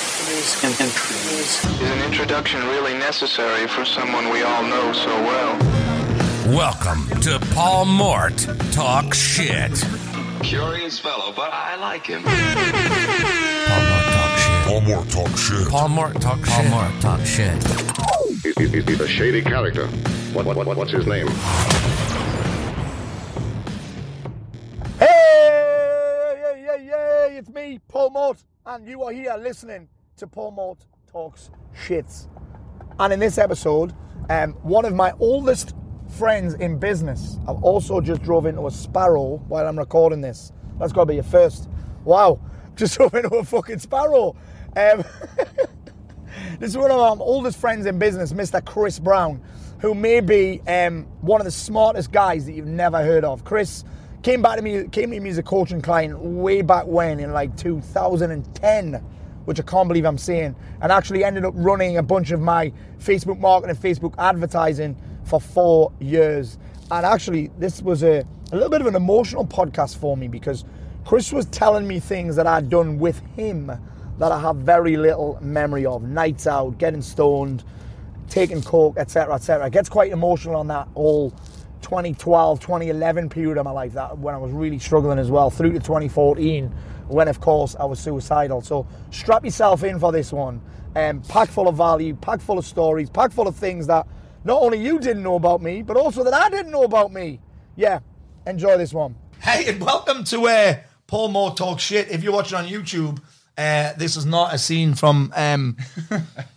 trees and, and trees. Is an introduction really necessary for someone we all know so well? Welcome to Paul Mort Talk Shit. Curious fellow, but I like him. Paul Mort Talk Shit. Paul Mort talk shit. Paul Mort Talk Shit. Paul Mort Talk Shit. He's, he's, he's a shady character. What, what, what, what's his name? Hey, hey, hey, hey, it's me, Paul Mort, and you are here listening to Paul Mort Talks Shits. And in this episode, um, one of my oldest friends in business, I've also just drove into a sparrow while I'm recording this. That's got to be your first. Wow, just drove into a fucking sparrow. Um, This is one of our oldest friends in business, Mr. Chris Brown, who may be um, one of the smartest guys that you've never heard of. Chris came back to me, came to me as a coaching client way back when in like 2010, which I can't believe I'm saying, and actually ended up running a bunch of my Facebook marketing, Facebook advertising for four years. And actually, this was a, a little bit of an emotional podcast for me because Chris was telling me things that I'd done with him that I have very little memory of. Nights out, getting stoned, taking coke, etc., etc. It gets quite emotional on that whole 2012, 2011 period of my life. That when I was really struggling as well, through to 2014, when of course I was suicidal. So strap yourself in for this one. Um, packed full of value, packed full of stories, packed full of things that not only you didn't know about me, but also that I didn't know about me. Yeah, enjoy this one. Hey, and welcome to uh, Paul Moore Talk Shit. If you're watching on YouTube, uh, this is not a scene from um,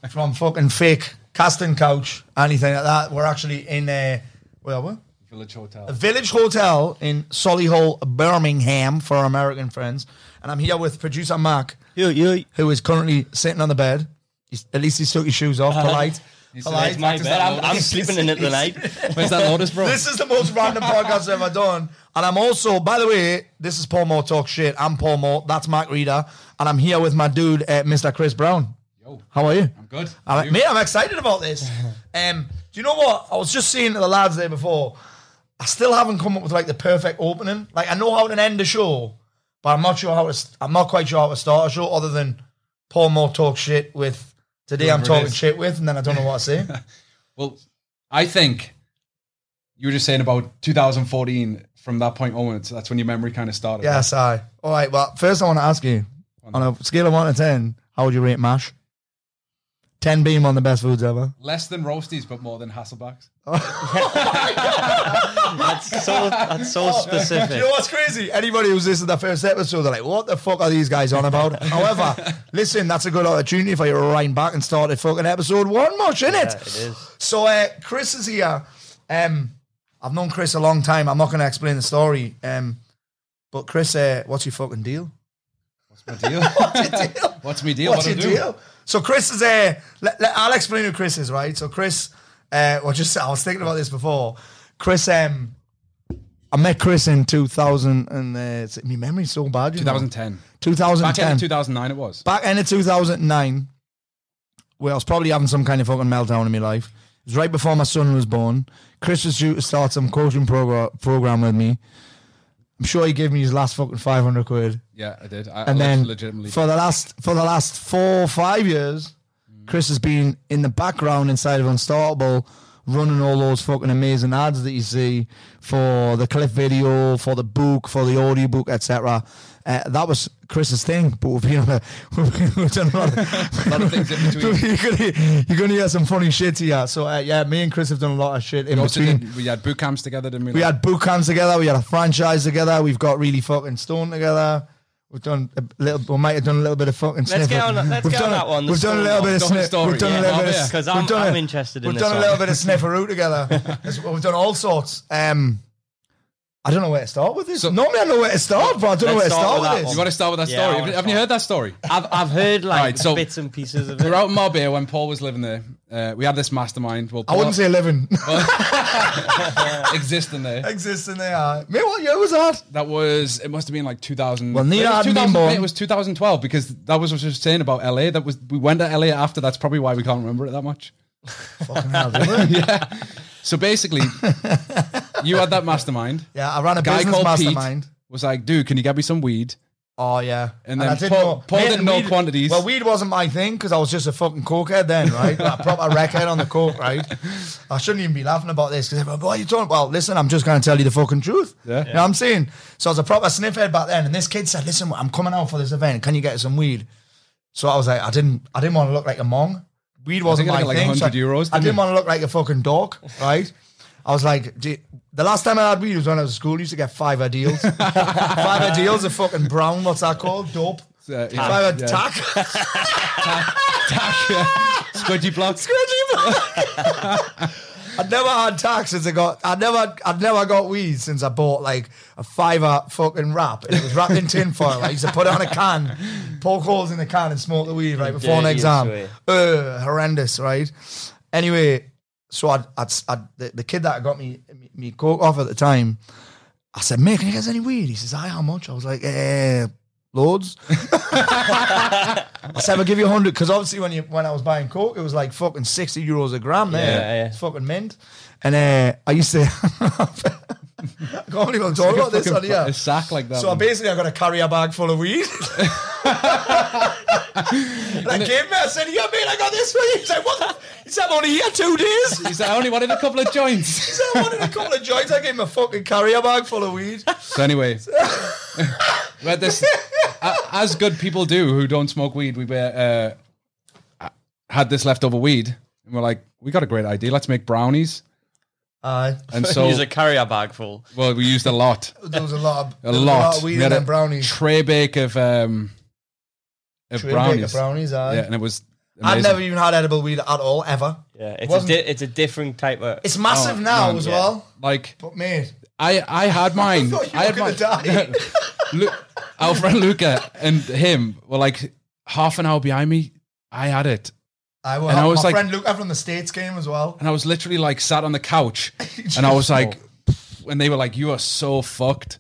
from fucking fake casting couch, anything like that. We're actually in a where are we? Village Hotel. A village hotel in Solihull, Birmingham, for our American friends. And I'm here with producer Mark, who is currently sitting on the bed. He's, at least he's took his shoes off. Polite. polite. "It's my Is bed. that I'm- all- I'm He's- sleeping in it he's- tonight." Where's that lotus, bro? This is the most random podcast I've ever done. And I'm also, by the way, this is Paul Moore Talk Shit. I'm Paul Moore. That's Mark Reader. And I'm here with my dude, uh, Mr. Chris Brown. Yo. How are you? I'm good. All right, You? mate, I'm excited about this. um, do you know what? I was just saying to the lads there before, I still haven't come up with like the perfect opening. Like, I know how to end a show, but I'm not sure how to, st- I'm not quite sure how to start a show other than Paul Moore Talk Shit with today I'm Whoever it talking is. shit with, and then I don't know what to say. Well, I think you were just saying about 2014. From that point onwards, that's when your memory kind of started. Yes, I. All right. Well, first I want to ask you on a scale of one to ten, how would you rate mash? Ten being one of the best foods ever. Less than roasties, but more than Hasselbacks. That's so that's so You specific. know what's crazy? Anybody who's listened to the first episode, they're like, "What the fuck are these guys on about?" However, listen, that's a good opportunity for you to rewind back and start at fucking episode one, much in Yeah, it is. So uh, Chris is here. Um, I've known Chris a long time. I'm not going to explain the story. Um, but Chris, uh, what's your fucking deal? What's my deal? What's your deal? What's my deal? What's What your do I do? deal? So Chris is a. Let, let- I'll explain who Chris is, right? So Chris, uh, well, just I was thinking about this before. Chris, um, I met Chris in 2000, and uh, it's- my memory's so bad. you know. 2010. Back in 2010. 2009, it was. Back end of 2009, where I was probably having some kind of fucking meltdown in my life. It was right before my son was born. Chris was due to start some coaching progr- program with me. I'm sure he gave me his last fucking 500 quid Yeah, I did. I, and I then legitimately. for the last for the last four five years, Chris has been in the background inside of Unstartable, running all those fucking amazing ads that you see for the clip video, for the book, for the audiobook, etc. Uh, that was Chris's thing, but we've been on a, we've done a lot of, lot of things in between. you're, gonna, you're gonna hear some funny shit here. So uh, yeah, me and Chris have done a lot of shit in we, also between. did, we had boot camps together, didn't we? We had boot camps together. We had a franchise together. We've got really fucking stoned together. We've done a little. We might have done a little bit of fucking. Let's get sniffing. on- let's We've get done on a- that one, the We've done a story little bit of one. Done the sniff. story, We've done a yeah. little Oh, bit of yeah. 'Cause we've I'm- done I'm a- interested in We've this done a one. little bit of snifferoo together. That's what- we've done all sorts. Um, I don't know where to start with this. Normally I know where to start, but I don't know where to Let's start start, with with that one. You this. want to start with that Yeah, I story? wanna Haven't haven't you start. heard that story? I've I've heard like Alright, so- bits and pieces of We were it. out in Marbella when Paul was living there. Uh, we had this mastermind. Well, I Paul wouldn't say living. existing there. Existing they are. Mate, what year was that? That was it. Must have been like 2000. Well, neither it was had been 2000 born. It was 2012 because that was what I was saying about LA. That was we went to LA after. That's probably why we can't remember it that much. Fucking hell, didn't I? So basically, you had that mastermind. yeah, I ran a Guy business called mastermind. Pete was like, "Dude, can you get me some weed?" Oh yeah, And then Paul- Paul Mate, didn't know weed- quantities. Well, weed wasn't my thing because I was just a fucking cokehead then, right? Like, a proper wreckhead on the coke, right? I shouldn't even be laughing about this because everyone, what are you talking? Well, listen, I'm just going to tell you the fucking truth. Yeah. you know what I'm saying. So I was a proper sniffhead back then, and this kid said, "Listen, I'm coming out for this event. Can you get some weed?" So I was like, I didn't, I didn't want to look like a mong. Weed wasn't I my got like thing. so 100 euros, I didn't didn't you? want to look like a fucking dog, right? I was like, "Do you- the last time I had weed was when I was at school. I used to get five ideals. five ideals are fucking brown. What's that called? Dope. Uh, yeah, Five yeah. attack. Tack, yeah. Squidgy blocks. I'd never had tax since I got. I never. I'd never got weed since I bought like a fiver fucking wrap. And it was wrapped in tin foil. I used to put it on a can, poke holes in the can, and smoke the weed right before an Dirtiest exam. way. Uh, horrendous, right? Anyway, so I'd, I'd, I'd the, the kid that got me me, me coke off at the time. I said, mate, can you get us any weed? He says, aye, how much? I was like, eh, loads. I said, I'll give you 100. Because obviously, when you when I was buying coke, it was like fucking 60 euros a gram there. Yeah, yeah. It's fucking mint. And uh, I used to. I can't believe I'm talking about this on Fucking here. A sack like that. So I man. basically, I got a carrier bag full of weed. and I came there, I said, yeah, mate, I got this for you. He's like, what? the- He said, I'm only here two days. He said, I only wanted a couple of joints. He said, I wanted a couple of joints. I gave him a fucking carrier bag full of weed. so anyway, we had this, a- as good people do who don't smoke weed, we were, uh, had this leftover weed and we're like, we got a great idea. Let's make brownies. Aye. And so, Use a carrier bag full. well, we used a lot. There was a lot of, A there was lot. of weed We had and a then brownies. Tray bake of, um, of Tray bake of brownies. brownies, aye. Yeah, and it was. I've amazing. never even had edible weed at all, ever. Yeah, it's a Wasn't- di- it's a different type of. It's massive Oh, now man, as yeah. well. like But mate, I I had mine. thought you I were had gonna die. Lu- our friend Luca and him were like half an hour behind me. I had it, I, And I my was like- friend Luke from the States came as well. and I was literally like sat on the couch, and I was like, and they were like, "You are so fucked."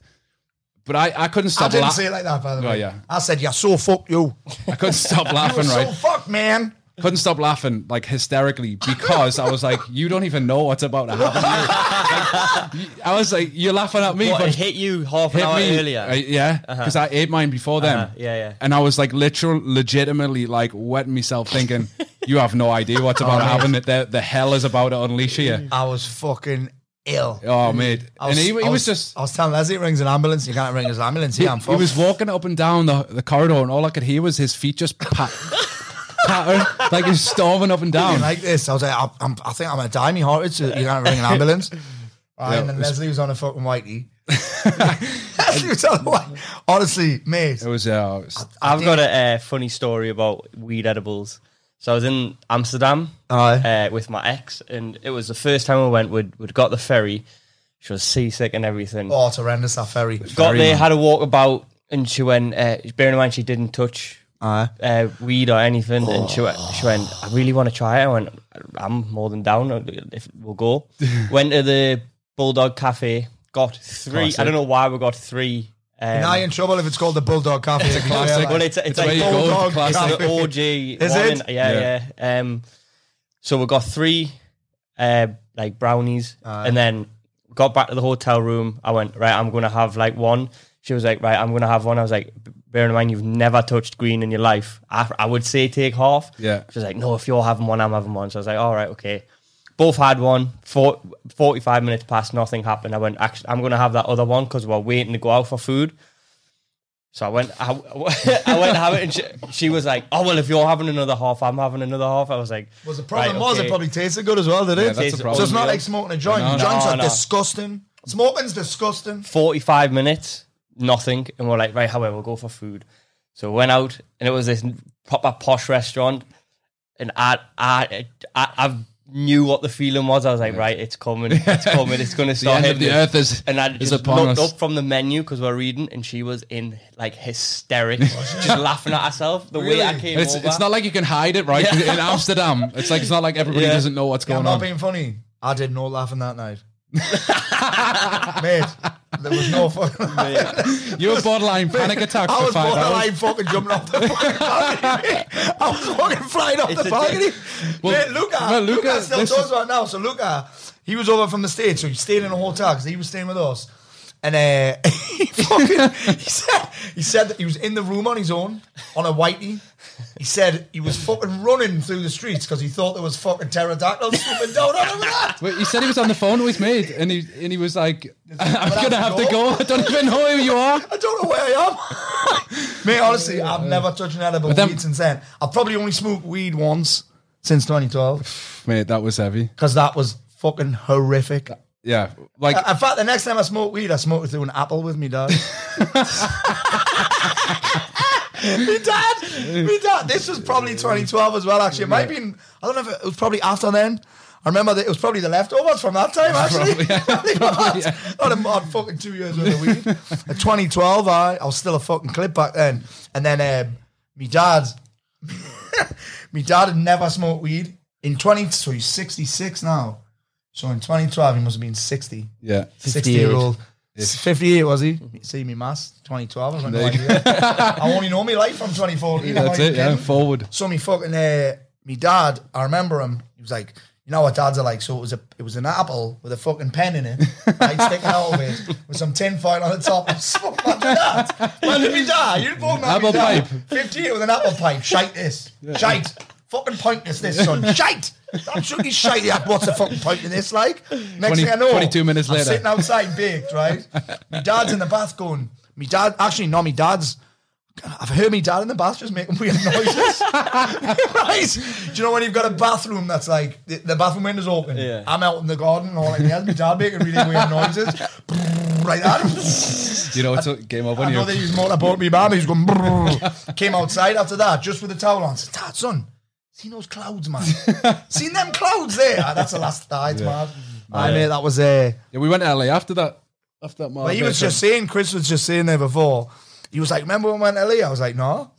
But I, I couldn't I stop didn't la- say it like that, by the Oh, way. yeah. I said, "You're so fuck you. I couldn't stop laughing, so right? fuck, man." Couldn't stop laughing like hysterically because I was like, you don't even know what's about to happen. to you." Like, you- I was like, you're laughing at me, what, but it hit you half an hit hour me earlier. uh, yeah, because I ate mine before them. Uh-huh, yeah, yeah. And I was like, literal, legitimately, like wetting myself, thinking, "You have no idea what's about to Oh, happen. The, the hell is about to unleash Mm. here." I was fucking ill. Oh, mate! I was, and he, he I was, just. I was telling Leslie, rings an ambulance. You can't ring his ambulance. Yeah, I'm He fucked. was walking up and down the, the corridor, and all I could hear was his feet just pat, pattering, like he's storming up and down. like this. I was like, I, I'm, I think I'm gonna die. My heart rate. So you can't ring an ambulance. Right, Yeah, and then it was- Leslie was on a fucking whitey. Leslie was on a white. Honestly, mate. it was, uh, it was- I've got a uh, funny story about weed edibles. So I was in Amsterdam Aye. uh, with my ex, and it was the first time I went. We'd, we'd got the ferry. She was seasick and everything. Oh, it's horrendous that ferry. got ferry, there, man. had a walkabout, and she went. Uh, bearing in mind, she didn't touch Aye. uh, weed or anything, and she went. She went. I really want to try it. I went. I'm more than down. uh, If we'll go, went to the Bulldog Cafe. Got three. I Classic. don't know why we got three. Um, Now you're in trouble if it's called the Bulldog Cafe. It's a classic. well, it's, it's, It's like where you go, Bulldog classic. It's the OG. Is one it? in- yeah, yeah. Um, so we got three, uh, like brownies, and then got back to the hotel room. I went right. I'm gonna have like one. She was like, right, I'm gonna have one. I was like, bear in mind you've never touched green in your life. I, I would say take half. Yeah. She was like, no, if you're having one, I'm having one. So I was like, all right, okay. Both had one. Four, 45 minutes passed, nothing happened. I went, actually, I'm gonna have that other one because we're waiting to go out for food. So I went, I, I went to have it, and she, she was like, "Oh well, if you're having another half, I'm having another half." I was like, Was the problem right, was okay. it probably tasted good as well, did it? that's the problem. So it's not like smoking a joint. No, no. Joints are No, no. disgusting. Smoking's disgusting. forty-five minutes, nothing?" And we're like, "Right, however, we'll go for food." So we went out, and it was this proper posh restaurant, and I, I, I, I knew what the feeling was. I was like, "Right, it's coming, it's coming, it's going to the start end of hitting the us." earth is And I is just looked upon us. up from the menu because we're reading, and she was in like hysterics, just laughing at herself. The way I Really? came It's, over, it's not like you can hide it, right? Yeah. In Amsterdam, it's like it's not like everybody Yeah. doesn't know what's I'm going not on. being funny. I did no laughing that night. Mate, there was no fucking. you were borderline panic attack I for was five hours. borderline fucking jumping off the fucking balcony. I was fucking flying off It's the a balcony. Well, Mate, Luca, well, Luca, Luca, still this does is- right now. So Luca, he was over from the States, so he stayed in a hotel because he was staying with us. And uh, he fucking, he said, He said that he was in the room on his own, on a whitey. He said he was fucking running through the streets because he thought there was fucking pterodactyls swimming down on him. Wait, he said he was on the phone with his mate, and he and he was like, "I'm have gonna to have to go. go." I don't even know who you are." I don't know where I am. Mate, honestly, I've never touched an edible But then- weed since then. I've probably only smoked weed once since 2012 Mate, that was heavy. because that was fucking horrific. Yeah, like In fact, the next time I smoked weed, I smoked it through an apple with me dad. me dad, me dad. This was probably 2012 as well. Actually, it might have been. I don't know if it, it was probably after then. I remember that it was probably the leftovers from that time. Actually, probably, I'd have had fucking two years worth of weed. At 2012, I I was still a fucking clip back then. And then um, me dad, me dad had never smoked weed in 20. So he's 66 now. So in 2012, he must have been 60. yeah, 60 year old. 58 was he? See me mass 2012. I've got no idea. I only know me life from 2014. I'm that's only it. Yeah, kidding. forward. So me fucking uh, me dad, I remember him. He was like, you know what dads are like. So it was a it was an apple with a fucking pen in it, right, sticking out of it, with some tin foil on the top. I was fucking like, dad, man, me dad, you fucking Apple me dad. pipe. 58 with an apple pipe. Shite this, shite. Fucking point this, this son. Shite. I'm sure he's shite. Yeah, What's the fucking point in this? Like, next 20 thing I know, 22 minutes I'm later. sitting outside baked, right? my dad's in the bath going. Me dad, actually, no, my dad's I've heard me dad in the bath just making weird noises. right? Do you know when you've got a bathroom that's like the, the bathroom window's open? Yeah. I'm out in the garden and all like that. My dad making really weird noises. like that. You know, it's a game over. I when know you- that he's motorboat me mum. He's going. brrr. Came outside after that, just with the towel on. Said, "Dad, son, seen those clouds, man? seen them clouds there? Ah, that's the last tides, man. I mate, that was uh, Yeah, we went to LA after that. After that, mile but he bit, was just saying, Chris was just saying there before. He was like, "Remember when we went to LA?" I was like, "No."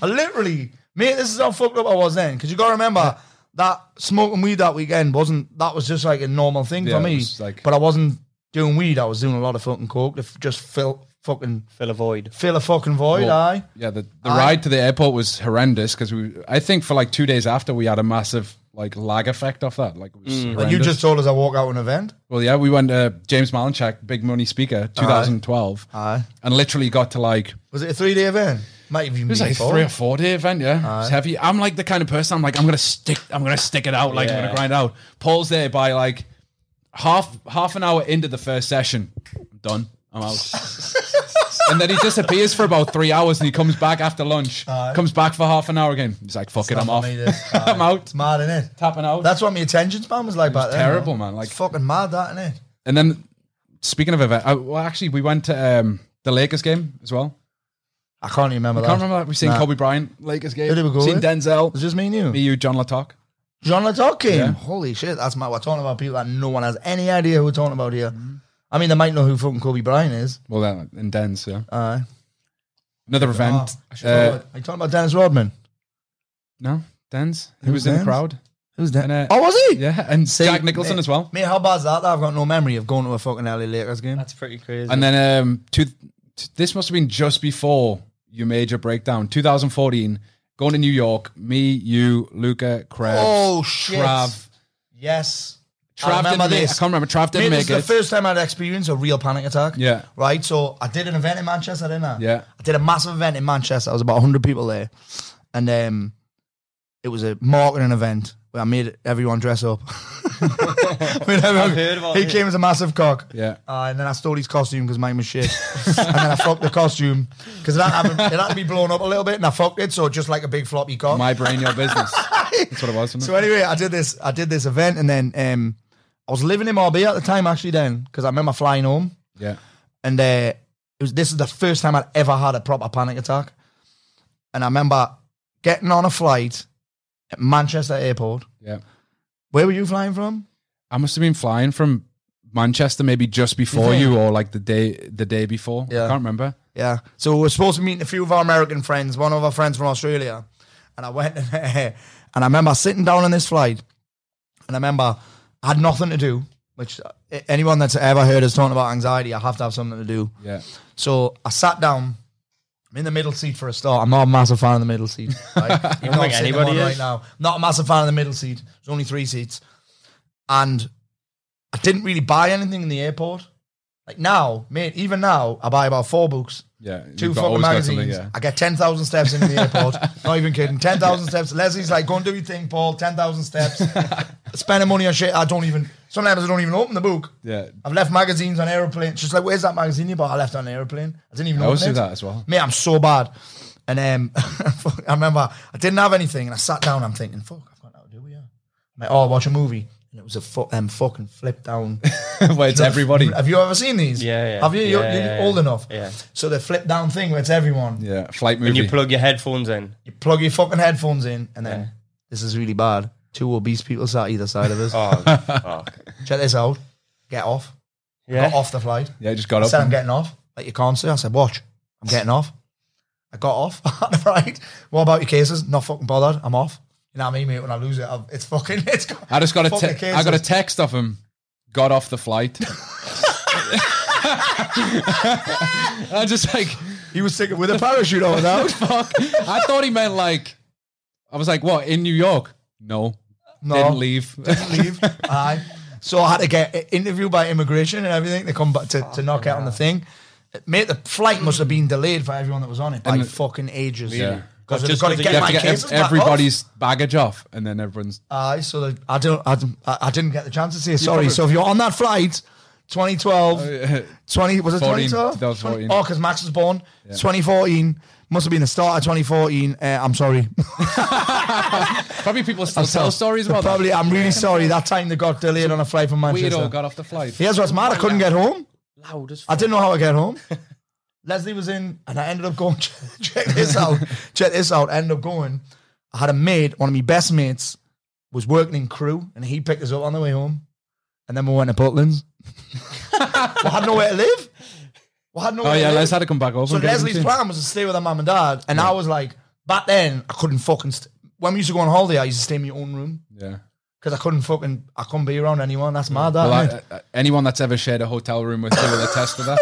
I literally, mate, this is how fucked up I was then. Because you got to remember that smoking weed that weekend wasn't that was just like a normal thing for Yeah, it me. was like- but I wasn't doing weed. I was doing a lot of fucking coke to f- just fill fucking Fill a void. fill a fucking void. Well, aye. Yeah, the, the Aye. ride to the airport was horrendous because we. I think for like two days after we had a massive like lag effect off that. Like, it was But Mm. you horrendous. just told us I walk out an event. well, yeah, we went to James Malinchak, Big Money Speaker, 2012, Aye. and literally got to like it Was it a three day event? Might have even was been like four. three or four day event. Yeah, It was heavy. I'm like the kind of person. I'm like, I'm gonna stick. I'm gonna stick it out. Like, I'm gonna Yeah. grind out. Paul's there by like half half an hour into the first session. I'm done. I'm out. and then he disappears for about three hours, and he comes back after lunch. comes back for half an hour again. He's like, "Fuck it, That's I'm what off. made this. I'm out." It's mad, innit? Tapping out. That's what my attention span was like back then. terrible, man. man. Like, It's fucking mad, that innit? and then speaking of event, I, well, actually, we went to um, the Lakers game as well. I can't even remember I that. can't remember. We've seen Nah. Kobe Bryant Lakers game. Who did we go seen with? Denzel. It's just me and you. Me, you, John Latok. John Latok came. Yeah. Holy shit, that's mad. We're talking about people that no one has any idea who we're talking about here. Mm-hmm. I mean, they might know who fucking Kobe Bryant is. Well, then in Denz, yeah. Uh, Another oh, event. I should Uh, know it. Are you talking about Dennis Rodman? no, Denz. He was Who's in the Denz? crowd. Who's that? And, uh, oh, was he? Yeah, and See, eh, Jack Nicholson mate- as well. Mate, how bad's that? that I've got no memory of going to a fucking LA Lakers game. That's pretty crazy. And then um, two, t- this must have been just before your major breakdown, 2014. Going to New York, me, you, Luca, Krebs, Oh, shit. Trav. Yes. I Trav remember didn't make. I this. can't remember. Trav didn't Mate, make this it. is the first time I'd experienced a real panic attack. Yeah. Right. So I did an event in Manchester, didn't I? Yeah. I did a massive event in Manchester. There was about hundred people there, and um, it was a marketing event where I made everyone dress up. Made everyone- heard about he it. came as a massive cock. Yeah. Uh, and then I stole his costume because mine was shit. and then I fucked the costume because it, had to have- it had to be blown up a little bit, and I fucked it. So just like a big floppy cock. My brain, your business. That's what it was. Wasn't it? So anyway, I did this. I did this event, and then um, I was living in Marbella at the time, actually. Then because I remember flying home, yeah. and uh, it was this is the first time I'd ever had a proper panic attack. And I remember getting on a flight at Manchester Airport. Yeah. Where were you flying from? I must have been flying from Manchester maybe just before think? you, or like the day the day before. Yeah. I can't remember. Yeah. So we were supposed to meet a few of our American friends, one of our friends from Australia. And I went and, I remember sitting down on this flight and I remember I had nothing to do, which uh, anyone that's ever heard us talking about anxiety, I have to have something to do. Yeah. So I sat down. I'm in the middle seat for a start. I'm not a massive fan of the middle seat. Like, you think anybody is? right now. Not a massive fan of the middle seat. There's only three seats, and I didn't really buy anything in the airport. Like now, mate. Even now, I buy about four books. Yeah, Two you've fucking got- always got something, magazines. yeah. I get 10,000 steps into the airport. Not even kidding. 10,000 steps. Leslie's like, go and do your thing, Paul. 10,000 steps. Spending money on shit. I don't even, sometimes I don't even open the book. Yeah. I've left magazines on airplanes. She's like, where's that magazine you bought? I left it on an airplane. I didn't even open I always do it. that as well. Mate, I'm so bad. And um, I remember I didn't have anything and I sat down. I'm thinking, fuck, I've got nothing to do here. I'm like, oh, I'll watch a movie. And it was a fu- um, fucking flip down. Where it's everybody. Have you ever seen these? Yeah, yeah. Have you? You're, Yeah, you're yeah, old yeah. enough. Yeah. So the flip down thing where it's everyone. Yeah, flight movie. And you plug your headphones in. You plug your fucking headphones in and then Yeah. this is really bad. Two obese people sat either side of us. Oh, fuck. Eh? Check this out. Get off. Yeah. Got off the flight. yeah, just got I up. said, I'm and- getting off. Like, you can't say. I said, watch, I'm getting off. I got off. right. What about your cases? Not fucking bothered. I'm off. You know what I mean, mate? When I lose it, I've, it's fucking, it's got, I just got a fucking te- I cases. got a text off him. Got off the flight. I just like He was sticking with a parachute on without. fuck. I thought he meant like. I was like, what in New York? No, No. didn't leave. leave. Aye. So I had to get i- interviewed by immigration and everything to come back to, to knock out on the thing. Mate, the flight must have been delayed for everyone that was on it by And- fucking ages. Yeah. Because Just they've got to 'cause get you you have my to get cases ev- back off. Uh, everybody's baggage off, and then everyone's. Aye, so the, I don't, I, don't- I I didn't get the chance to say sorry. So if you're on that flight, 2012, Oh, 20 was it 14, 2012? 2014. Oh, because Max was born 2014. Must have been the start of 2014. Uh, I'm sorry. Probably people still tell stories about that. Probably. I'm really sorry. That time they got delayed on a flight from Manchester. Weirdo got off the flight. Here's what's mad. I couldn't get home. Loud as I didn't know how I get home. Leslie was in, and I ended up going. Check this out. check this out. End up going. I had a mate. One of my best mates was working in crew, and he picked us up on the way home. And then we went to Portland's. we had nowhere to live. We had nowhere. Oh to yeah, live. Les had to come back over. So and get Leslie's everything. plan was to stay with her mum and dad, and I was like, back then I couldn't fucking. St- when we used to go on holiday, I used to stay in my own room Yeah. because I couldn't fucking. I couldn't be around anyone. That's my dad. Well, Well, I, I- anyone that's ever shared a hotel room with you will attest to that.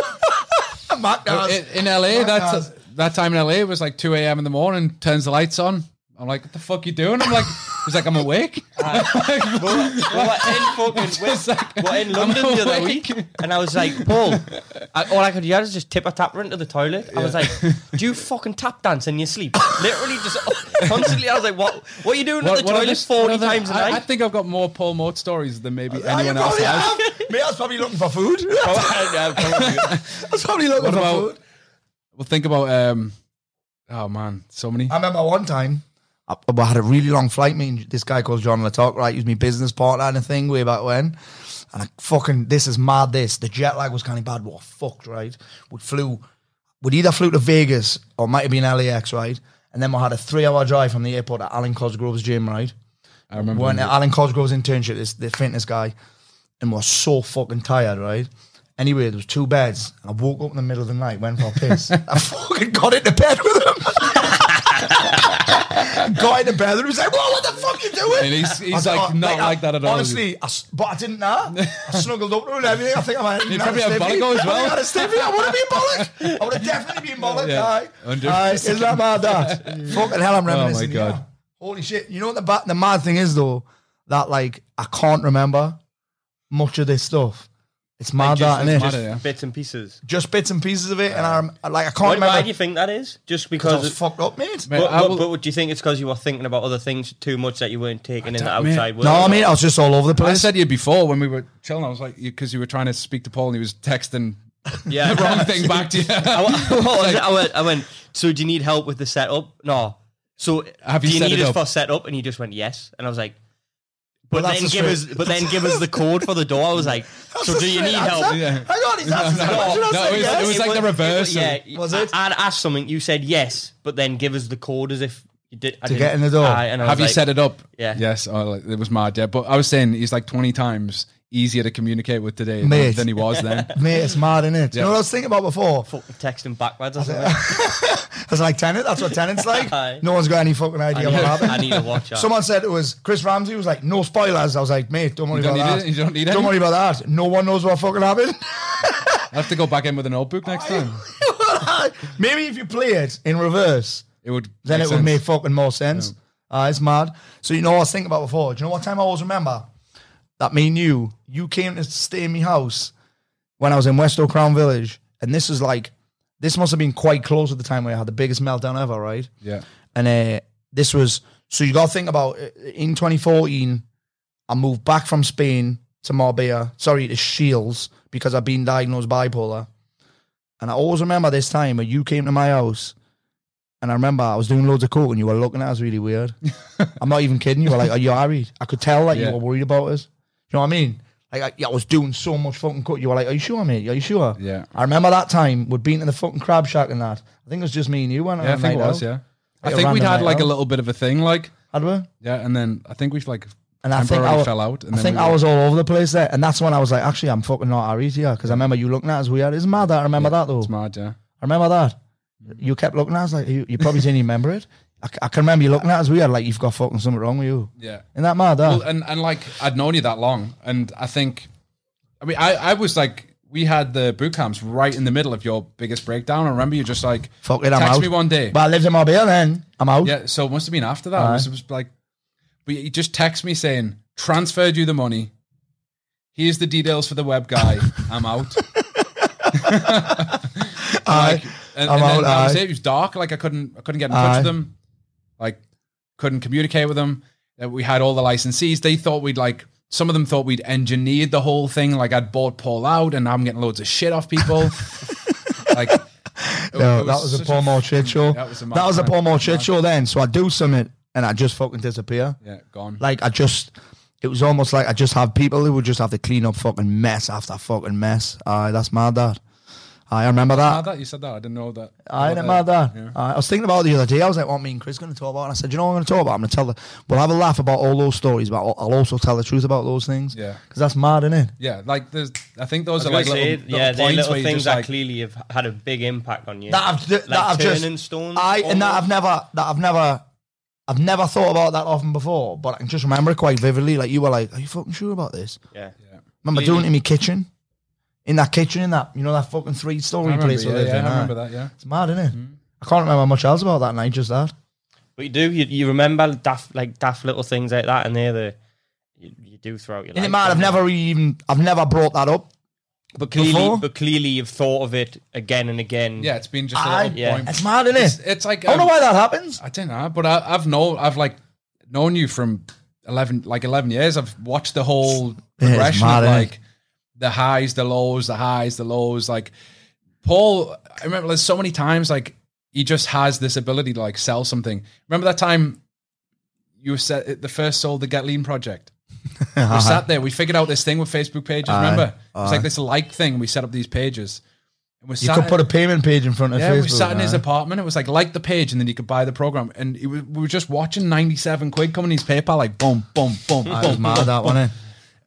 in, in LA, that that time in LA was like 2 a.m. in the morning. Turns the lights on. I'm like, what the fuck you doing? I'm like, he's like, I'm awake. Well, we're in fucking Just like- we're in London I'm the other awake. week, and I was like, Paul, I, all I could do is just tip a tapper into the toilet. I was like, do you fucking tap dance in your sleep? Literally, just constantly. I was like, what? What are you doing at the are toilet this- what forty are the- times a I, night? I think I've got more Paul Mort stories than maybe Ah, you anyone else probably has. have. Mate, I was probably looking for food. I was probably looking What for about- food. Well, think about um. Oh man, so many. I remember one time I, I had a really long flight. Me and this guy called John Latok, right? He was my business partner and a thing way back when. And I fucking this is mad. This the jet lag was kind of bad. What fucked, right? We flew. We'd either flew to Vegas or might have been LAX, right? And then we had a three-hour drive from the airport at Alan Cosgrove's gym, right? I remember. When Alan Cosgrove's internship, this the fitness guy, and was so fucking tired, right? Anyway, there was two beds. I woke up in the middle of the night, went for a piss. I fucking got into bed with him. got into bed with him. He was like, "Whoa, what the fuck you doing?" And he's- he's I was like, not I- like that at all, is he?" Honestly, I s- but I didn't know. I snuggled up to him and everything. I think I might. You probably had Bolligo as well. I, stiffy. I would have been bollock. I would have definitely been bollock. Yeah. Aye. Hundred Aye, percent. Oh Is that my dad? fucking hell, I'm reminiscing. God. yeah. Holy shit! You know what the ba- the mad thing is though, that like I can't remember much of this stuff. It's mad that and just, just, mad, yeah. bits and pieces. just bits and pieces of it, and I rem- like I can't Why, why do remember you think that is? Just because I was because. fucked up, mate. Mate, But, I but, will- but do you think it's because you were thinking about other things too much that you weren't taking in the mate. outside world? No, I mean I was just all over the I place. said to you before when we were chilling, I was like, because you were trying to speak to Paul and he was texting yeah, the wrong thing back to I, you. wa- what was it? I went, I went, so do you need help with the setup? No. So Have do you you set need it us up? for setup? And he just went, yes. And I was like, but Well, that's then a give us, straight- but then give us the code for the door. I was like, so That's do a you straight need answer. help? Yeah. Hang on, he's answered the No, question. I no, said it was- yes. it was like the reverse yeah, and- Was I- it? I'd asked something. You said yes, but then give us the code as if you did. I To didn't- get in the door. Aye, and I Have you was like, set it up? Yeah. Yes. Oh, like, it was mad. Yeah. But I was saying he's like 20 times easier to communicate with today than- Mate. than he was then. Mate, it's mad, is it? You know Yeah. what I was thinking about before? Fucking text him backwards. or something. I was like, tenant, that's what tenant's like. Aye. no one's got any fucking I, idea need, what happened. I need to watch out. Someone said it was Chris Ramsey was like, no spoilers. I was like, mate, don't worry You don't about need that. it? You don't need any? worry about that. No one knows what fucking happened. I'll have to go back in with a notebook next time. Maybe if you play it in reverse, It would. then it would sense. make fucking more sense. Uh, it's mad. So you know what I was thinking about before? Do you know what time I always remember? That me and you, you came to stay in my house when I was in West Oak Crown Village, and this is like this must have been quite close at the time where I had the biggest meltdown ever, right? Yeah. And uh, this was so you got to think about uh, in 2014, I moved back from Spain to Marbella, sorry, to Shields because I'd been diagnosed bipolar. And I always remember this time when you came to my house. And I remember I was doing loads of coke and you were looking at us really weird. I'm not even kidding. You were like, Are you worried? I could tell that Yeah. you were worried about us. You know what I mean? Like, I, yeah, I was doing so much fucking coke. You were like, Are you sure, mate? Are you sure? Yeah. I remember that time we'd been to the fucking crab shack and that. I think it was just me and you, weren't it, Yeah, I on a think it night was. out? Yeah. Like a I think we'd random had night like a out. little bit of a thing, like Had we? yeah, and then I think we've like And I think temporarily I, fell out. And I then think we I were- was all over the place there, and that's when I was like, actually, I'm fucking not Aries here because I remember you looking at us weird. Isn't mad that I remember that though. It's mad, yeah. I remember that. You kept looking at us like you, you probably didn't remember it. I, c- I can remember you looking at us weird like you've got fucking something wrong with you. Yeah. Isn't that mad? That? Well, and and like I'd known you that long, and I think, I mean, I I was like. We had the boot camps right in the middle of your biggest breakdown. I remember you just like Fuck it, I'm text out. me one day. But I lived in Marbella then. I'm out. Yeah, so it must have been after that. It was, it was like, but he just texted me saying, transferred you the money. Here's the details for the web guy. I'm out. Aye. And, I'm and out, then that was aye. it. It was dark. Like I couldn't, I couldn't get in touch Aye. with them. Like couldn't communicate with them. That we had all the licensees. They thought we'd like. Some of them thought we'd engineered the whole thing. Like I'd bought Paul out, and I'm getting loads of shit off people. like it- No, it that was a such Paul Moore shit show. that was a mad that was a time. Paul Moore shit Mad. show then. So I do something and I just fucking disappear. Yeah, gone. Like I just, it was almost like I just have people who would just have to clean up fucking mess after fucking mess. Aye, that's mad. That. Aye, I remember Mad that. that you said that. I didn't know that. I ain't mad that. Aye, I was thinking about it the other day. I was like, "What me and Chris going to talk about?" And I said, "You know what I'm going to talk about? I'm going to tell the. We'll have a laugh about all those stories, but I'll, I'll also tell the truth about those things. Yeah. because that's mad, isn't it? Yeah, like there's. I think those I are like was gonna little, say, little yeah, they're points little where you things just that like, clearly have had a big impact on you. That I've that Like I've just turning stones, I and that almost. I've never that I've never I've never thought about that often before, but I can just remember it quite vividly. Like you were like, "Are you fucking sure about this?" yeah. Remember doing it in my kitchen, in that kitchen, in that you know that fucking three I story remember, place. yeah, we lived yeah, in, I remember aye. that. Mm-hmm. Yeah, It's mad, isn't it? I can't remember much else about that night. Just that. But you do, you, you remember daft, like daft little things like that, and they're the you, you do throughout your In life. it mad, I've don't you? never really even I've never brought that up. but clearly, before. but clearly, you've thought of it again and again. yeah, it's been just a Aye. little Yeah. point. It's mad, isn't It's, it? it's like I don't know um, why that happens. I don't know, but I, I've known I've like known you from eleven, like eleven years. I've watched the whole Yeah, it's progression mad, of isn't it? like the highs, the lows, the highs, the lows. Like Paul, I remember there's so many times like he just has this ability to like sell something. Remember that time you said the first sold the Get Lean project. we sat there. We figured out this thing with Facebook pages. remember, it's like this like thing. We set up these pages. And we You could put a payment page in front of yeah, Facebook. we sat in his aye. apartment. It was like like the page, and then you could buy the program. And it was, we were just watching ninety seven quid coming in his PayPal, like boom, boom, boom, boom. Aye, It was mad that one. It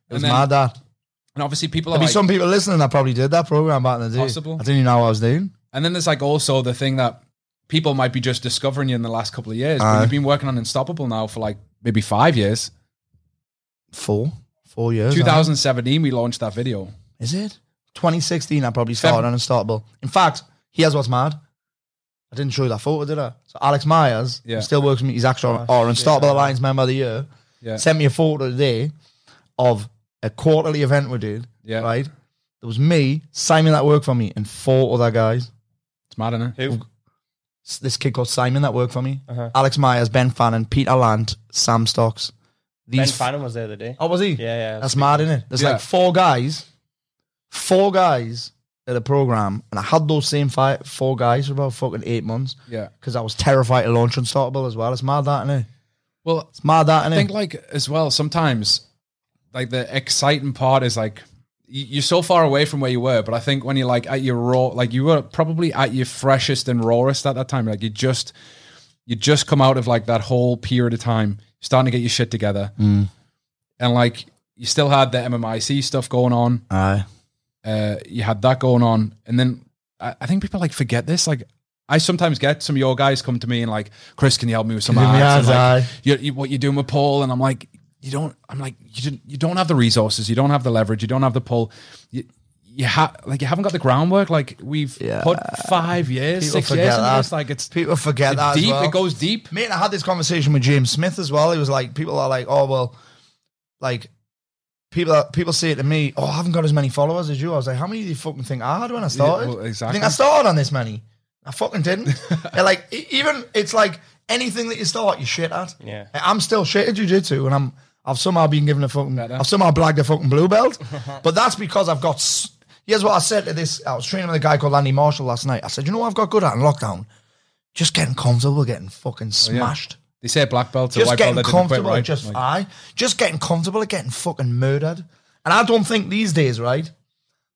It was then- mad that. And obviously, people are There'll be like. some people listening that probably did that program back in the day. Possible. I didn't even know what I was doing. and then there's like also the thing that people might be just discovering you in the last couple of years. but you've been working on Unstoppable now for like maybe five years. Four, four years. aye. 2017, we launched that video. Is it? 2016, I probably started on Unstoppable. In fact, here's what's mad. I didn't show you that photo, did I? So Alex Myers, Yeah. Oh, who still works with me, he's actually our Unstoppable Alliance member of the year, Yeah. sent me a photo today of a quarterly event we did, Yeah. right? There was me, Simon that worked for me, and four other guys. It's mad, isn't it? Who? S- This kid called Simon that worked for me, Uh-huh. Alex Myers, Ben Fannin, Peter Land, Sam Stocks. Ben These Fannin was there the day. Oh, was he? Yeah, yeah. That's mad, isn't it? There's Yeah. like four guys, four guys at a program, and I had those same five, four guys for about fucking eight months Yeah. because I was terrified to launch Unstoppable as well. It's mad that, innit? Well, It's mad that, I innit? think like as well sometimes like the exciting part is like y- you're so far away from where you were but i think when you're like at your raw like you were probably at your freshest and rawest at that time like you just you just come out of like that whole period of time starting to get your shit together and like you still had the mmic stuff going on Aye. uh, you had that going on, and then I, I think people like forget this. Like, I sometimes get some of your guys come to me and like, Chris, can you help me with some Give me ads? ads, And, like, aye. you, you, what you're doing with Paul, and I'm like, you don't. I'm like, you didn't. You don't have the resources. You don't have the leverage. You don't have the pull. You, you have like you haven't got the groundwork. Like we've Yeah. put five years, People six forget years into that. this. Like it's People forget that. deep. As well. It goes deep. Mate, I had this conversation with James Smith as well. He was like, people are like, oh, well, like, people people say to me, "Oh, I haven't got as many followers as you." I was like, "How many do you fucking think I had when I started? well, You exactly. think I started on this many? I fucking didn't." And, like e- even it's like anything that you start, you shit at. Yeah. And I'm still shit at jujitsu, and I'm I've somehow been given a fucking I've somehow blagged a fucking blue belt, Uh-huh. but that's because I've got. s- Here's what I said to this. I was training with a guy called Andy Marshall last night. I said, "You know what I've got good at in lockdown? Just getting comfortable, getting fucking smashed." They say black belt Oh, to just white belt. getting They didn't quit, comfortable, right? just Like, I just getting comfortable at getting fucking murdered. And I don't think these days, right?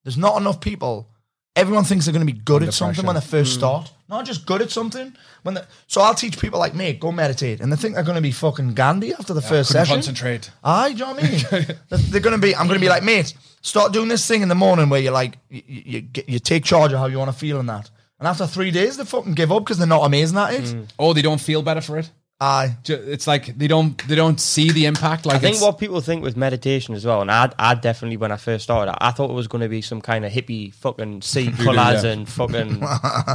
There's not enough people. Everyone thinks they're going to be good at something when they first Hmm. start. Not just good at something. When they, so I'll teach people like me, go meditate, and they think they're going to be fucking Gandhi after the first couldn't session. concentrate. Aye, do you know what I mean? They're- They're gonna be. I'm gonna be like, mate, start doing this thing in the morning where you're like, you you, get- you take charge of how you want to feel and that. And after three days, they fucking give up because they're not amazing at it. Oh, they don't feel better for it. Aye, Ju- It's like they don't they don't see the impact. Like I think it's- what people think with meditation as well, and I, I definitely when I first started, I, I thought it was going to be some kind of hippie fucking sea colours yeah. and fucking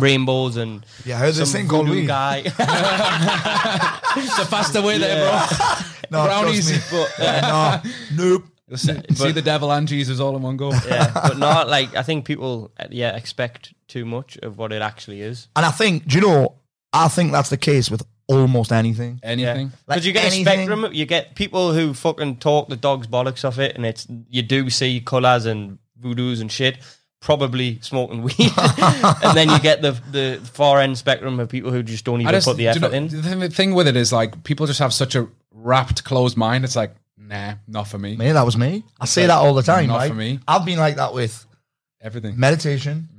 rainbows and Yeah, I heard this some thing called voodoo weed. guy. it's the faster way there, bro. no, Brownies. Trust me. no, nope. Listen, see the devil and Jesus all in one go. yeah, but not like I think people uh, yeah expect too much of what it actually is. And I think, do you know? I think that's the case with almost anything. Anything. Because Like you get anything. a spectrum, of- you get people who fucking talk the dog's bollocks off it, and it's you do see colours and voodoos and shit, probably smoking weed, and then you get the the far end spectrum of people who just don't even I just put do the you effort know- in. the thing- The thing with it is like people just have such a wrapped, closed mind. It's like nah, not for me. Me, that was me. I say that all the time. Not right? for me. I've been like that with Everything. meditation,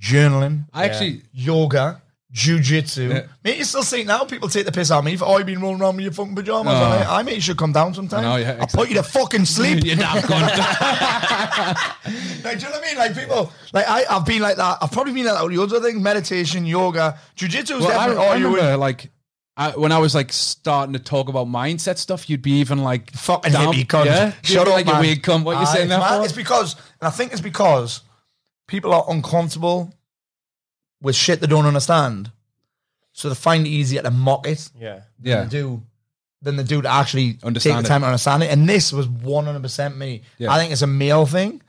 journaling, I actually yoga, jujitsu. Yeah. Mate, you still see now people take the piss out of me for oh you've been rolling around with your fucking pajamas. Oh. I'm like, I mate, you should come down sometime. I know, yeah, I'll put you to fucking sleep. You're damn cunt. Like, do you know what I mean? Like people, like I, I've been like that. I've probably been like that with the other things: meditation, yoga, jujitsu. is Well, I, definitely. I oh, you remember like I, when I was like starting to talk about mindset stuff, you'd be even like fucking down- hippie cunt. Yeah, You'd Shut be up, like man. you weird cunt. What you Aye, saying Ah, it's that mad. for? It's because, and I think it's because people are uncomfortable with shit they don't understand, so they find it easier to mock it Yeah. yeah, than they do than they do to actually Understand take it. the time to understand it. And this was one hundred percent me. Yeah. I think it's a male thing. Do you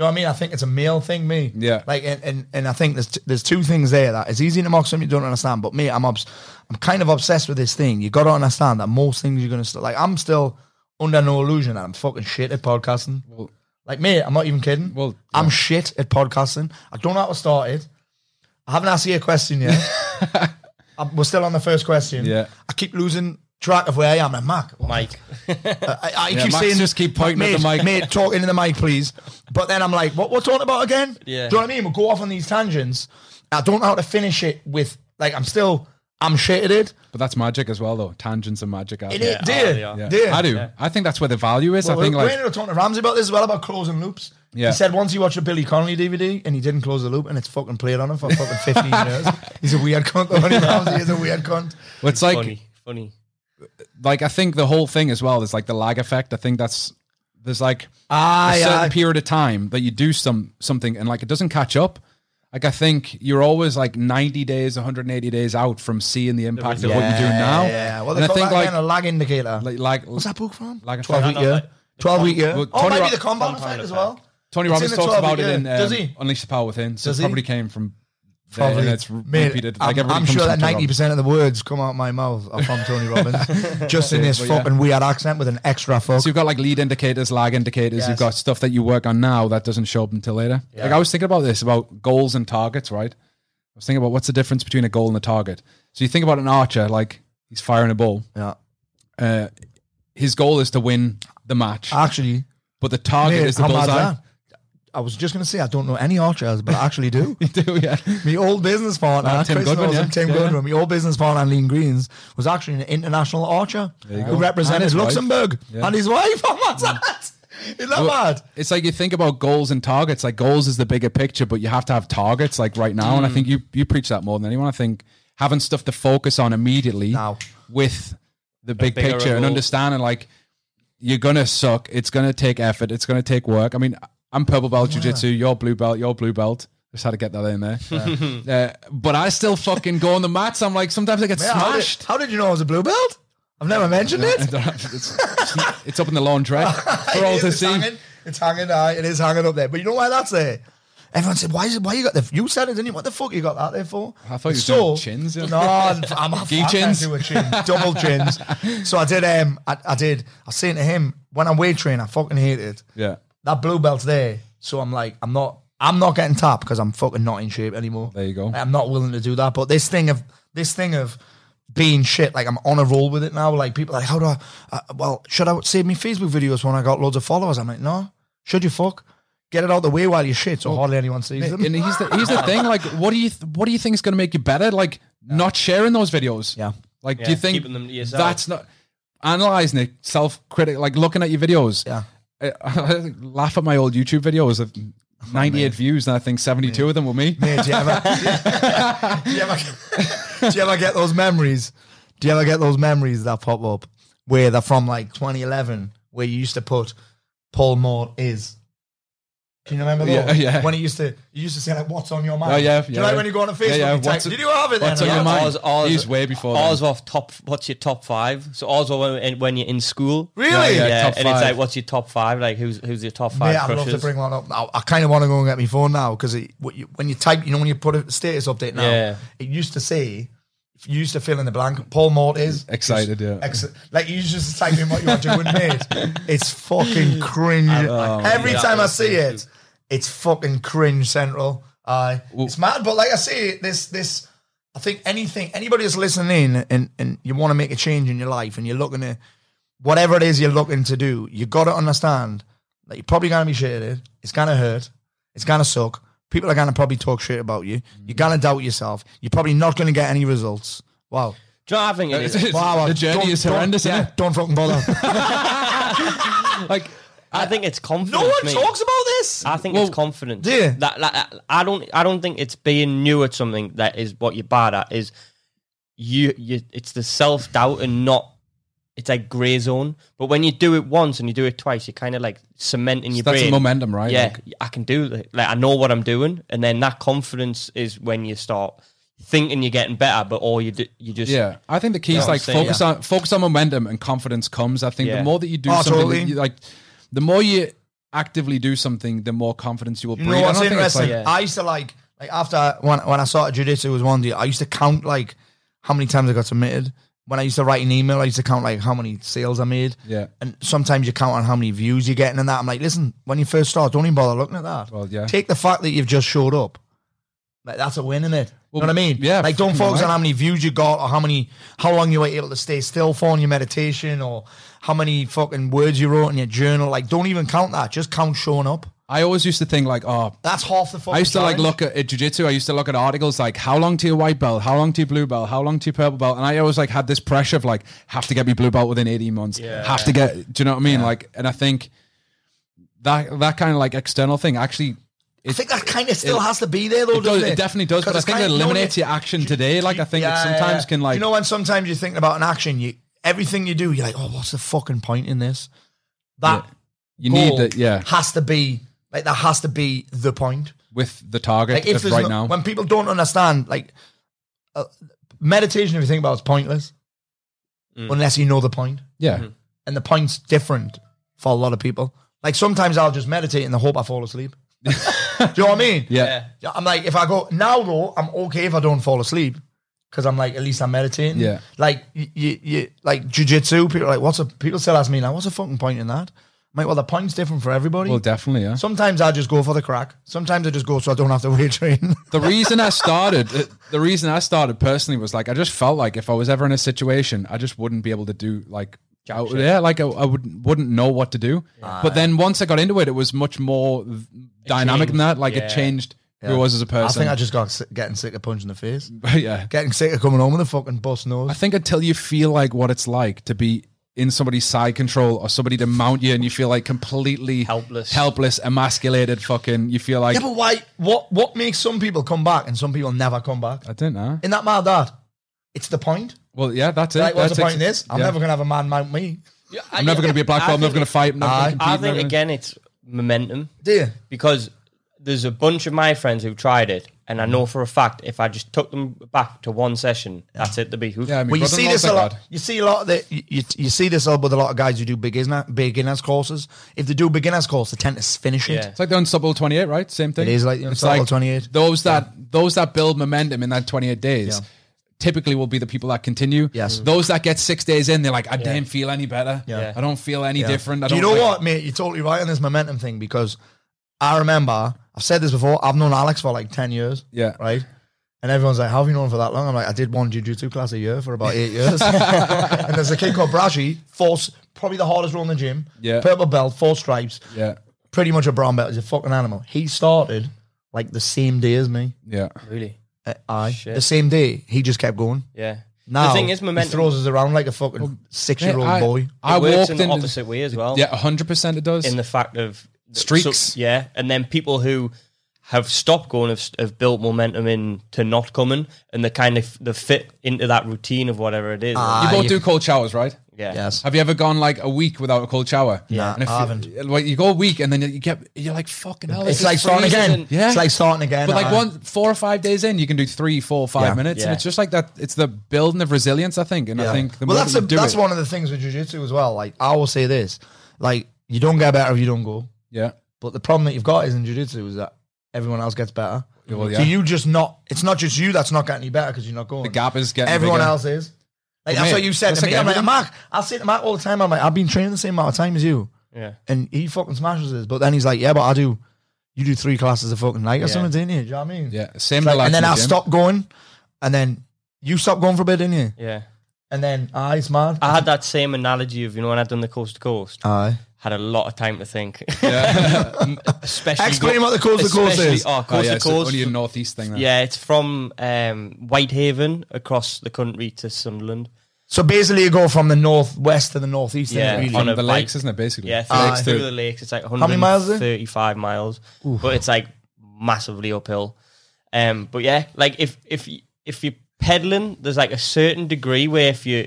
know what I mean? I think it's a male thing, me. Yeah. Like, and, and, and I think there's t- there's two things there that it's easy to mock something you don't understand, but me, I'm obs- I'm kind of obsessed with this thing. You got to understand that most things you're gonna st- like. I'm still under no illusion that I'm fucking shit at podcasting. Well- like me, I'm not even kidding. Well, I'm shit at podcasting. I don't know how to start it. I haven't asked you a question yet. I'm- we're still on the first question. Yeah. I keep losing track of where I am. I'm like, Mac. Mike. I, I Yeah, keep Max saying, just keep pointing at the "Mate, mic." Mate, talk into the mic, please. But then I'm like, what we're talking about again? Yeah. Do you know what I mean? We'll go off on these tangents. I don't know how to finish it with, like, I'm still, I'm shit at it. but that's magic as well, though. Tangents and magic. Out It there. is, dear. they are. Yeah. Dear. I do. I think that's where the value is. Well, I think we we like ended up talking to Ramsey about this as well, about closing loops. Yeah. He said once he watched a Billy Connolly DVD and he didn't close the loop and it's fucking played on him for fucking 15 years. He's a weird cunt, though. Ronnie Ramsey is a weird cunt. well, it's like funny, funny. like I think the whole thing as well is like the lag effect. I think that's there's like a Aye, certain aye. period of time that you do some something and like it doesn't catch up. Like I think you're always like 90 days, 180 days out from seeing the impact of what you do now. Yeah. Well, they and I call think that like, again a lag indicator. like like What's that book from? Like a 12 fan- week year. 12 week year. Well, Oh, Tony maybe Ro- the compound compound effect as effect. well. It's Tony in Robbins the talks 12 about it year. in Does um, he? Unleash the Power Within. So Does it he? probably came from there Probably. and it's re- Mate, repeated. I'm, Like everything I'm comes sure from that Tony Robbins. 90% of the words come out my mouth are from Tony Robbins, just in this But yeah. fucking weird accent with an extra fuck. So you've got like lead indicators, lag indicators. You've Yes. got stuff that you work on now that doesn't show up until later. Like I was thinking about this about goals and targets, right? I was thinking about what's the difference between a goal and a target. So you think about an archer, like he's firing a ball. Yeah. Uh, his goal is to win the match, Actually, but the target mate, is the how mad's bullseye. that? I was just going to say I don't know any archers, but I actually do. Do yeah. my old business partner, Ah, Tim Chris Goodwin, Goodwin, yeah. and Tim Yeah. Goodwin, my old business partner, Lean Greens, was actually an international archer who represented And his wife. Luxembourg and his wife. How mad's that? Isn't that mad? It's like you think about goals and targets. Like goals is the bigger picture, but you have to have targets. Like right now, and Mm. I think you you preach that more than anyone. I think having stuff to focus on immediately Now. with the big bigger picture and goal. understanding like you're gonna suck. It's gonna take effort. It's gonna take work. I mean, I'm purple belt jujitsu. You're blue belt. You're blue belt. Just had to get that in there. Uh, but I still fucking go on the mats. I'm like sometimes I get Yeah, how, did, smashed. how did you know I was a blue belt? I've never mentioned it. it's, it's up in the laundrette for all It to is, it's see. hanging. It's hanging out. It is hanging up there. But you know why that's there? Everyone said, "Why is it? Why you got the? You said it, didn't you? What the fuck you got that there for?" I thought you were doing chins, yeah. No, I'm, I'm a Gee I can't chins? do a chin, double chins. So I did. Um, I, I did. I was saying to him when I'm weight training, I fucking hate it. Yeah. That blue belt's there, so I'm like, I'm not. I'm not getting tapped because I'm fucking not in shape anymore. There you go. I'm not willing to do that. But this thing of this thing of being shit, like I'm on a roll with it now. Like people are like, how do I? Uh, well, should I save me Facebook videos when I got loads of followers? I'm like, no. Should you fuck? Get it out the way while you shit, so hardly anyone sees them. And here's the here's the thing. Like, what do you th- what do you think is going to make you better? Like, not sharing those videos. Yeah. Like, Yeah, do you think keeping them to yourself. that's not analyzing it, self critic, like looking at your videos? Yeah. I, I laugh at my old YouTube videos of Oh, 98 views, and I think 72 of them were me. Mate, do you ever? do, you ever do you ever get those memories? Do you ever get those memories that pop up where they're from like 2011, where you used to put Paul Moore is? Can you remember Yeah, that? yeah. When it used to, you used to say like, "What's on your mind?" Oh, yeah, Do you yeah, know like yeah. when you go on a Yeah, Facebook, yeah, you type, what's- "Did you have it?" what's then? on your Yeah. mind? Ours, ours, He's way before then. Ours were top. What's your top five? So ours were when, when you're in school. Really? Yeah, Yeah, top and it's five. like, what's your top five? Like, who's who's your top five Mate, I'd crushes? love to bring one up. I, I kind of want to go and get my phone now because when you type, you know, when you put a status update now, Yeah. it used to say, you used to fill in the blank. Paul Mort is Excited, yeah. Ex- like you just type in what you want to win, mate. It's fucking cringe. Every yeah. time I see it, it's fucking cringe central. Aye, it's mad, but like I say, this this. I think anything, anybody that's listening in and, and you want to make a change in your life and you're looking to, whatever it is you're looking to do, you got to understand that you're probably going to be shitted. It's going to hurt. It's going to suck. People are going to probably talk shit about you. You're going to doubt yourself. You're probably not going to get any results. Wow. Do you know what I think it It's- is? it's- the don't- journey is don't- horrendous. yeah, isn't don't fucking bother. it? Like, I think it's confidence. no one mate. talks about this. I think Well, it's confidence. do you? That, that- I don't. I don't think it's being new at something that is what you're bad at. Is you? You. It's the self doubt and not. It's like grey zone. But when you do it once and you do it twice, you're kind of like cementing your that's brain. the momentum, right? Yeah, Like, I can do it. Like I know what I'm doing, and then that confidence is when you start thinking you're getting better, but all you do, you just yeah. I think the key You know is what like I'm saying? focus on focus on momentum and confidence comes. I think Yeah. the more that you do Oh, something, totally. that you, like the more you actively do something, the more confidence you will You breathe. know I what's don't think it's interesting? like- Yeah. I used to like like after when when I started jiu-jitsu was one day, I used to count like how many times I got submitted. When I used to write an email, I used to count like how many sales I made. Yeah. And sometimes you count on how many views you're getting and that. I'm like, listen, when you first start, don't even bother looking at that. Well, yeah. Take the fact that you've just showed up. Like that's a win, is it? you know what I mean? yeah, Like don't fucking focus on right. how many views you got or how many how long you were able to stay still for in your meditation or how many fucking words you wrote in your journal. Like don't even count that. Just count showing up. I always used to think like, oh, That's half the fucking I used to like challenge. look at, at jujitsu. I used to look at articles like how long to your white belt, how long to your blue belt, how long to your purple belt, and I always like had this pressure of like have to get me blue belt within eighteen months. Have to get. Do you know what I mean? Like, and I think that that kind of like external thing actually. I think that kind of still it- has to be there, though. It, does, doesn't it? it definitely does, 'Cause but I it's think it kinda- eliminates no, your action today. Like I think yeah, it sometimes yeah. can like you know when sometimes you're thinking about an action, you everything you do, you're like, oh, what's the fucking point in this? That you need goal it, yeah, has to be like that has to be the point. with the target Like if of there's right no- now. when people don't understand, like uh, meditation, if you think about, it, is pointless unless you know the point, yeah, and the point's different for a lot of people. Like sometimes I'll just meditate in the hope I fall asleep. do you know what I mean? yeah, Yeah, I'm like, if I go now though, I'm okay if I don't fall asleep because I'm like, at least I'm meditating. Yeah. Like you, you, you like jujitsu. People are like, what's a people still ask me like, what's the fucking point in that? I'm like, well, the point's different for everybody. Well, definitely, yeah. Sometimes I just go for the crack. Sometimes I just go so I don't have to weight train. the reason I started, uh, the reason I started personally was like I just felt like if I was ever in a situation, I just wouldn't be able to do like out, yeah, like I, I would wouldn't know what to do. But then once I got into it, it was much more th- dynamic than that. Like it yeah. changed who I was as a I person. think I just got si- getting sick of punching the face, yeah, getting sick of coming home with a fucking bust I nose. think until you feel like what it's like to be in somebody's side control or somebody to mount you, and you feel like completely Helpless. helpless, emasculated, fucking. You feel like yeah, but why? What what makes some people come back and some people never come back? I don't know. In that mad that it's the point. Well, yeah, that's it. Like, what's the That's point in this? I'm yeah. never gonna have a man mount me. I'm never going to be a black belt. I'm never going to fight. I'm never I- going to compete. I I'm never think gonna- again, it's momentum Do you? because the there's a bunch of my friends who've tried it, and I know for a fact if I just took them back to one session, that's it. They'd be hooked. Yeah, my Well, you see brother-in-law's this a like lot. that. You see a lot of the, you, you, you see this all with a lot of guys who do beginner beginners courses. If they do beginners course, they tend to finish it. Yeah. It's like the Unstoppable 28, right? Same thing. It is like the It's Unstoppable 28. Those that those that build momentum in that 28 days Yeah. typically will be the people that continue. Yes. Mm. Those that get six days in, they're like, I didn't feel any better. Yeah. I don't feel any Yeah. different. I Do don't you know like- what, mate? You're totally right on this momentum thing because I remember I've said this before. I've known Alex for like ten years. Yeah. Right. And everyone's like, "How have you known him for that long?" I'm like, "I did one jujitsu class a year for about eight years." and there's a kid called Brashi, force probably the hardest role in the gym. Yeah. Purple belt, four stripes, Yeah. pretty much a brown belt. He's a fucking animal. He started like the same day as me. Yeah. Really? Uh, I the same day. He just kept going. Yeah. Now the thing is, He momentum. throws us around like a fucking six-year-old I, boy. I it works walked in in. the opposite way as well. Yeah, 100% it does. in the fact of Streaks. so- yeah, and then people who have stopped going have, have built momentum in to not coming, and they kind of they fit into that routine of whatever it is. you Ah, both you- do cold showers, right? yeah, yes. Have you ever gone like a week without a cold shower? Nah, And if I You, haven't. like you go a week and then you get you're like fucking hell. It's this like is starting freezing. again. Yeah. It's like starting again. But like I- one four or five days in, you can do three, four, five uh, Yeah. minutes, and Yeah. it's just like that. It's the building of resilience, I think, and I Yeah. think the well, more that's that a, you do that's it- one of the things with jujitsu as well. Like I will say this, like you don't get better if you don't go. Yeah, But the problem that you've got is in jujitsu is that everyone else gets better. Well, yeah. So you just not. It's not just you that's not getting any better because you're not going. the gap is getting everyone bigger. else is. Like, that's mate, what you said that's to like me. I'm like, everything. Mark, I say to Mark all the time, I'm like, I've been training the same amount of time as you. yeah. And he fucking smashes this. But then he's like, yeah, but I do, you do three classes a fucking night or something, didn't you? Do you know what I mean? Yeah, same. It's like- relax and then in the I gym. stop going, and then you stop going for a bit, didn't you? Yeah. And then I smart. I had that same analogy of you know when I'd done the coast to coast, Aye. had a lot of time to think. especially Explain what the coast to coast especially- is. Oh, Oh, coast yeah, to it's coast. only a northeast thing. Then. yeah, it's from um, Whitehaven across the country to Sunderland. So basically, you go from the northwest to the northeast. Yeah, Yeah, really. on on a the lakes, bike. isn't it? Basically, Yeah, through, Aye. it's through the lakes. It's like many miles is it? 135 miles, but it's like massively uphill. Um, but yeah, like if if y- if you're pedaling, there's like a certain degree where if you're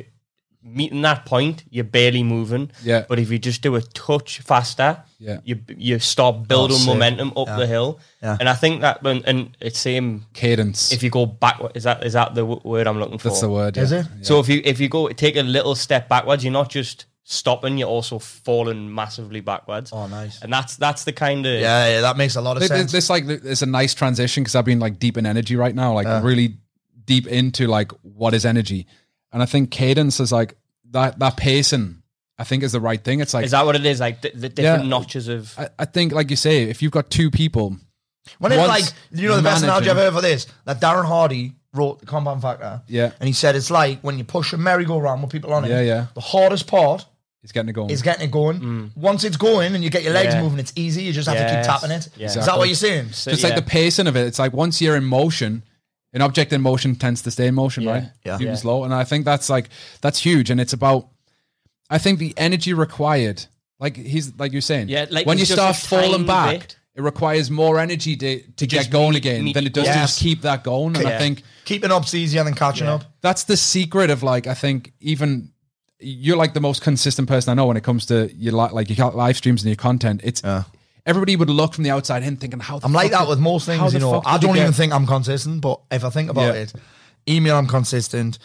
meeting that point, you're barely moving. Yeah. But if you just do a touch faster, Yeah. you you start building sick. momentum up the hill. Yeah. And I think that and, and it's same cadence. if you go backward. Is that is that the w- word I'm looking for? that's the word. Is yeah. it? So if you if you go take a little step backwards, you're not just stopping, you're also falling massively backwards. Oh, nice. And that's that's the kind of Yeah, yeah, that makes a lot of Th- th- sense. This like th- it's a nice transition because I've been like deep in energy right now, Uh. like really deep into like what is energy, and I think cadence is like that that pacing. I think is the right thing. It's like Is that what it is? Like the, the different Yeah. notches of I, I think, like you say, if you've got two people, when it's like, once you know, the best analogy I've managing- ever for this that Darren Hardy wrote the Compound Factor. Yeah. and he said it's like when you push a merry-go-round with people on it. Yeah, yeah. Mm. The hardest part it's getting it going. is getting it going. Once it's going and you get your legs Yeah. moving, it's easy. You just have to Yes. keep tapping it. Is Yeah. that Exactly. what you're saying? so, just yeah. like the pacing of it. It's like once you're in motion, an object in motion tends to stay in motion, Yeah. right? Yeah. Even Yeah. slow. And I think that's like that's huge. And it's about I think the energy required, like he's like you're saying. Yeah, like when you it's just start a falling tiny back, bit. it requires more energy to, to get just going meet- again meet than it does to equals. just keep that going. And I Yeah. think Keeping up's easier than catching Yeah. up. that's the secret of like I think even you're like the most consistent person I know when it comes to your li- like your live streams and your content. It's everybody would look from the outside in thinking how the I'm like fuck that did- with most how things, the you know. fuck I did you don't get- even think I'm consistent, but if I think about Yeah. it, email I'm consistent,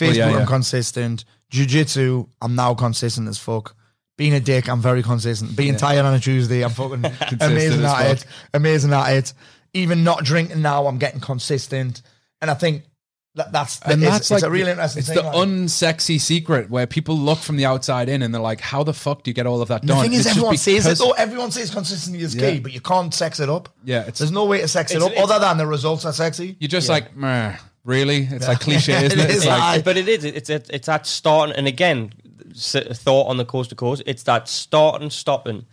Facebook yeah, yeah. I'm consistent, jujitsu I'm now consistent as fuck. Being a dick, I'm very consistent. Being tired on a Tuesday, I'm fucking amazing as at fuck. it. Amazing at it. Even not drinking now, I'm getting consistent. And I think that that's that and is- that's it's like a really the- interesting It's thing. the like- unsexy secret where people look from the outside in and they're like, "How the fuck do you get all of that the done?" thing is, It's just everyone says it because- though. Everyone says consistency is Yeah. key, but you can't sex it up. Yeah, it's- there's no way to sex it It's- up it's- other than the results are sexy. You're just like, "Meh, really? It's like cliche, It isn't it? It's is, like, aye. but it is it's it's it's that starting and again s- thought on the coast to coast. It's that start and stopping,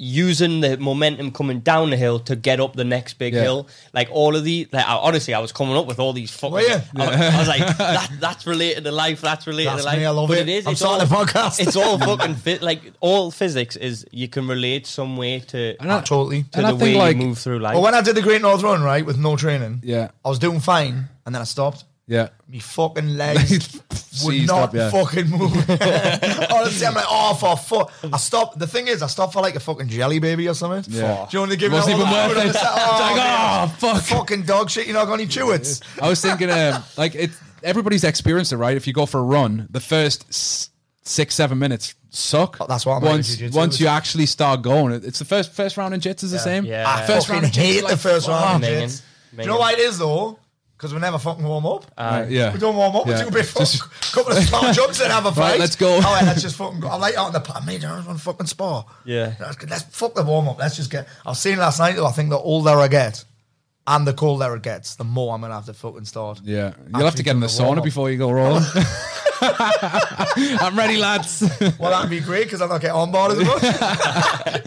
using the momentum coming down the hill to get up the next big Yeah. hill. Like all of the like I, honestly, I was coming up with all these fucking. Were you? I, was- I was like, that, that's related to life. That's related That's to life. me, I love but it. it is. I'm it's starting all- a podcast. It's all fucking fit. Like all physics is you can relate some way to And I- Totally. to and I the think, way like- you move through life. Well, when I did the Great North Run, right, with no training, Yeah. I was doing fine, and then I stopped. Yeah. Me fucking legs would Seized not up, yeah. fucking move. Honestly, I'm like, oh for fuck. I stopped. The thing is, I stopped for like a fucking jelly baby or something. Yeah. Do you want to give me Wasn't all even that worth food? it. I was like, oh, It's like, man, oh, fuck. Fucking dog shit. You're not going to chew it. I was thinking, um, like it. Everybody's experienced it, right? If you go for a run, the first s- six, seven minutes suck. Oh, that's what I'm like in once jiu-jitsu. once you actually start going, it- it's the first first round in jits is the same. yeah. I First fucking round of jits is hate the like, first round. of fuck. jits. Do you know Minging. why it is though? Because we never fucking warm up. Uh, yeah. We don't warm up. Yeah. We do a bit fuck. Just- couple of small jumps and have a fight. let's go. All right, let's just fucking go. I like out in the pub. Mate, I just want to fucking spar. Yeah. Let's, let's fuck the warm up. Let's just get. I was saying last night though. I think the older I get, and the colder it gets, the more I'm gonna have to fucking start. Yeah, you'll have to Actually get in the doing the warm-up. sauna before you go rolling. I'm ready, lads. Well, that'd be great because I'm not getting on board as much.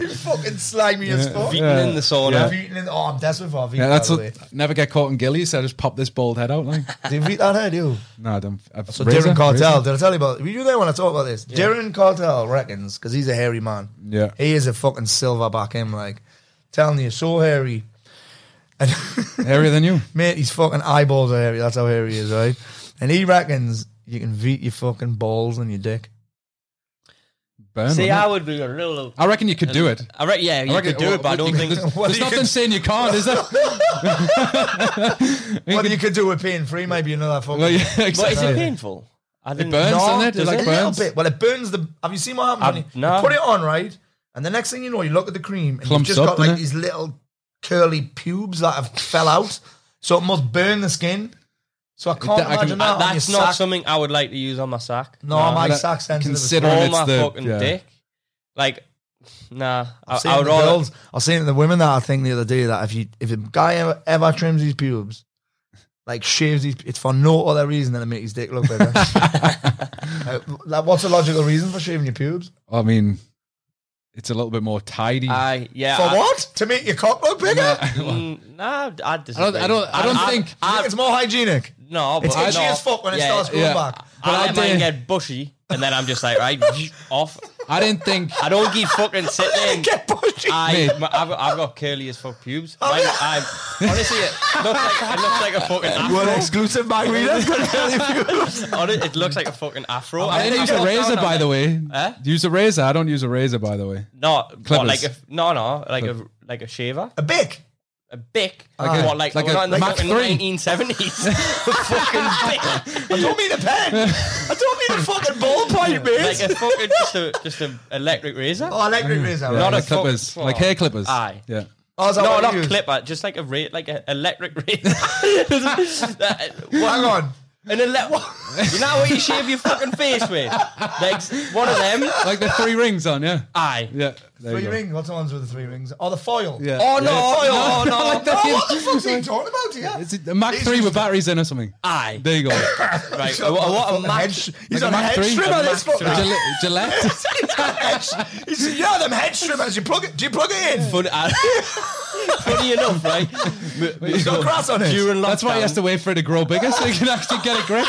you fucking slimy as fuck. Beaten in the sauna. Yeah. Vite in- Oh, I'm desperate for a Vite, Yeah, that's by the way. what, never get caught in gillies. So I just pop this bald head out. Like, Do you Vite that head, you? no, I don't. I've, So Darren Cartel, did I tell you about? Were you there when I talked about this? Darren Cartel reckons because he's a hairy man. Yeah. he is a fucking silverback. Him like, telling you, so hairy, and Hairier than you. mate, his fucking eyeballs are hairy. That's how hairy he is, right? And he reckons you can beat your fucking balls and your dick. Burn, See, wouldn't I it? would be a little. I reckon you could do it. I reckon, yeah, you reckon- could do it, but I don't think. there's, there's nothing saying you can't, is there? What you could do with pain free, maybe another fucking. Well, yeah, But exactly. is it painful? I didn't. burns, No, doesn't it? It does like a burns. little bit. Well, it burns the. Have you seen what happens? I've- when you- no. You put it on, right? And the next thing you know, you look at the cream and Clumps you've just up, got like doesn't it? these little curly pubes that have fell out. So it must burn the skin. So I can't I can- imagine that. on That's your not sack. something I would like to use on my sack. No, my that- sack's sensitive. as consider- fuck. Or it's my the- fucking yeah. dick. Like, nah. I, I've seen I would the rather. girls. I've seen the women that I think the other day that if you if a guy ever, ever trims his pubes, like shaves his, it's for no other reason than to make his dick look better. Uh, like, what's the logical reason for shaving your pubes? I mean, it's a little bit more tidy. I yeah. For Uh, I, what? To make your cock look bigger? Mm, nah, I disagree. I don't- I don't- I don't think- I think I, it's more hygienic. no, but It's itchy no. as fuck when it Yeah, starts growing yeah. back. I I let mine did- get bushy, and then I'm just like, right, off. I didn't think. I don't keep fucking sitting. in. Get pushy. I, Mate. my, I've, got- I've got curly as fuck pubes. Mine- I'm, honestly, it looks like, it looks like a fucking We're afro. exclusive, my readers. Honest- it looks like a fucking afro. I didn't use a razor, by the way. Huh? Use a razor. I don't use a razor, by the way. No, Clippers. what, like a no, no, like a like a shaver, A bic. a bic, Like a- what, like, like we're a not in the Mac fucking 3. 1970s. a fucking bic, I don't mean a pen. I don't mean a fucking ballpoint, mate. like a fucking just a just an electric razor. oh, electric razor. Yeah, Right? Not a like clippers, fuck- like hair clippers. Aye. Yeah. Oh, is that No, what not you use? clipper, just like a ra- like an electric razor. Hang on. An ele- you know what you shave your fucking face with? Like one of them. Like the three rings on. Yeah. Aye. Yeah. There Three you go. rings. What's the ones with the three rings? Oh, the foil. Yeah. Oh no, oh no, no, like that. Oh, what the fuck are you talking about here? It's a Mac three with batteries in or something. Aye. There you go. Right. What, what a Fucking head match. sh- He's Like a on a Mac head three. trimmer, A this fuck. Gillette. Gillette. He's got a head sh- He's, you know them head trimmers. You plug it. Do you plug it in? Funny, uh, funny enough, right? M- It's got grass on it. During lockdown, That's why he has to wait for it to grow bigger so he can actually get a grip.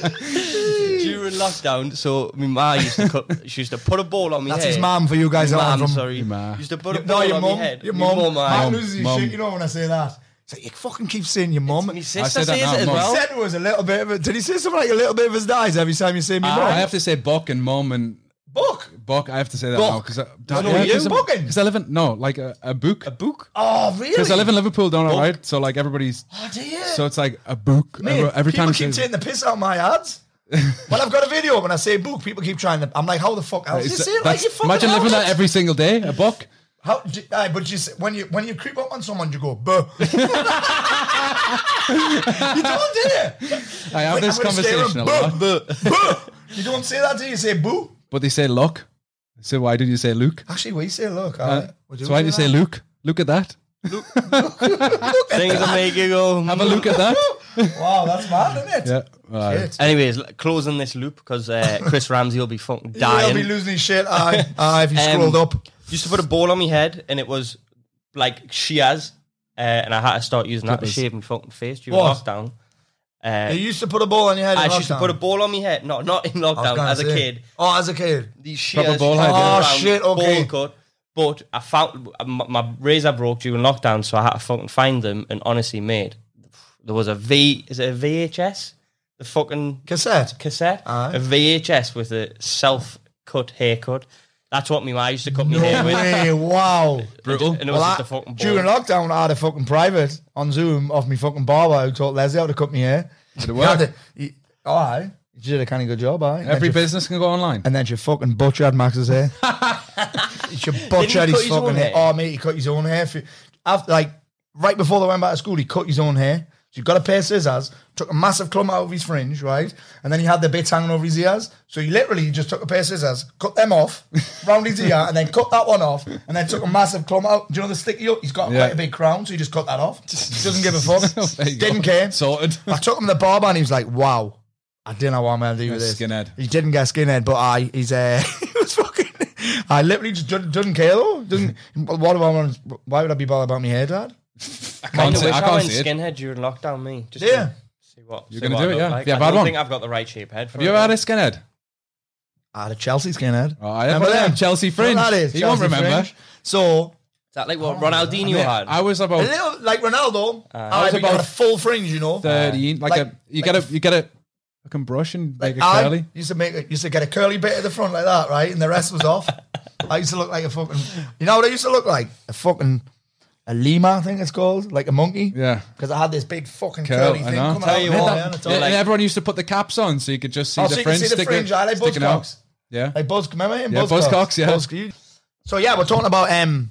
during lockdown. So my ma used to cut, she used to put a ball on me. That's head. his mom for you guys. Mum, that are from- sorry. ma. Used to put a No, ball your on my mum. head. Your Me mum. aye. Mum loses his Mum. shit. You know when I say that. It's like, you fucking keep saying your mum. My He sister said that says it now, as mum. well. said it was a little bit of a. Did he say something like a little bit of his dies every time you say me I mum? have to say Buck and Mom and Book. Buck. I have to say that Buck. now because know you. Bucking. Because I live in no like a, a book. A book. Oh, really? Because I live in Liverpool, don't I? Right. So like everybody's. Oh, do you? So it's like a book. Mate, every, every people time. I keep say- taking the piss out of my ads. well, I've got a video when I say book, people keep trying to. I'm like, how the fuck? How, you It's- say it like that's- you fucking imagine living own that it. every single day. A buck. How? Do, aye, but you, s- when you when you creep up on someone, you go, "Buh." you don't do it. I have this conversation a lot, You don't say that, do you? You say boo. but they say look. So why did you say Luke? Actually, we say look. Uh, alright. We do so why did you say that. Luke? Look at that. Things that make you go. hmm. Have a look at that. Wow, that's mad, isn't it? Yeah. Aye. Shit. Anyways, l- closing this loop because uh, Chris Ramsey will be fucking I'll dying. be losing his shit. Aye, aye. If you Um, scrolled up, used to put a ball on my head and it was like shears, uh, and I had to start using that Clippers. to shave my fucking face during What? lockdown. Uh, you used to put a ball on your head. I in used to lockdown. put a ball on my head, no, not in I was lockdown, gonna as a say. kid. Oh, as a kid. These shears, ball head, all yeah. Oh, round, shit, okay. Ball cut. But I found my, my razor broke during lockdown, so I had to fucking find them. And honestly, mate, there was a V. Is it a VHS? The fucking Cassette. cassette, Aye. a VHS with a self-cut haircut. That's what my mum used to cut me No hair with. way, wow. Brutal. And it was Well, just a I- fucking ball. during lockdown, I had a fucking private on Zoom of me fucking barber who taught Leslie how to cut me hair. Did it You had work? to- you- Oh, aye. She did a kind of good job, aye. And then Every she- business can go online. And then she fucking butchered Max's hair. she cut butchered his his own fucking hair. hair? Oh, mate, he cut his own hair. For, after, like, right before they went back to school, he cut his own hair. So he got a pair of scissors, took a massive clump out of his fringe, right? And then he had the bits hanging over his ears. So he literally just took a pair of scissors, cut them off, round his ear, and then cut that one off, and then took a massive clump out. Do you know the sticky? He's got Yeah. quite a big crown, so he just cut that off. He doesn't give a fuck. There you go. Didn't care. Sorted. I took him to the barber and he was like, wow, I didn't know what I'm going to do with You're a this. skinhead. He didn't get skinhead, but I, he's, uh, he was fucking, I literally just didn't, didn't care though. Doesn't, what do I want, why would I be bothered about my hair, dad? I I can't kinda say, wish I I, can't went say it. skinhead during lockdown. Me, just Yeah. to see what You're see gonna what do I it, look yeah. Like. Yeah, I've I had don't one. think I've got the right shape head. For Have you uh, ever had a skinhead? I had a Chelsea skinhead. Oh, I had one of them, Chelsea You know what fringe. That is, You won't Chelsea remember. fringe. So, Is that like what Ronaldinho had? I was a about little, like Ronaldo, I was was about about a full fringe, you know. thirteen. like, like- a you get a you get a fucking brush and make a I curly. used to make, used to get a curly bit at the front like that, right? And the rest was off. I used to look like a fucking, you know what I used to look like? A fucking, a lima, I think it's called, like a monkey. Yeah. because I had this big fucking Curl, curly I thing know. coming Tell out you of what, my hair, and it's all Yeah, like, and everyone used to put the caps on so you could just see oh, the so you can fringe see the sticking, fringe, I like sticking out. Buzzcocks. Yeah. Like Buzz, remember him? Yeah, Buzzcocks, yeah. Buzzcocks. So yeah, we're talking about um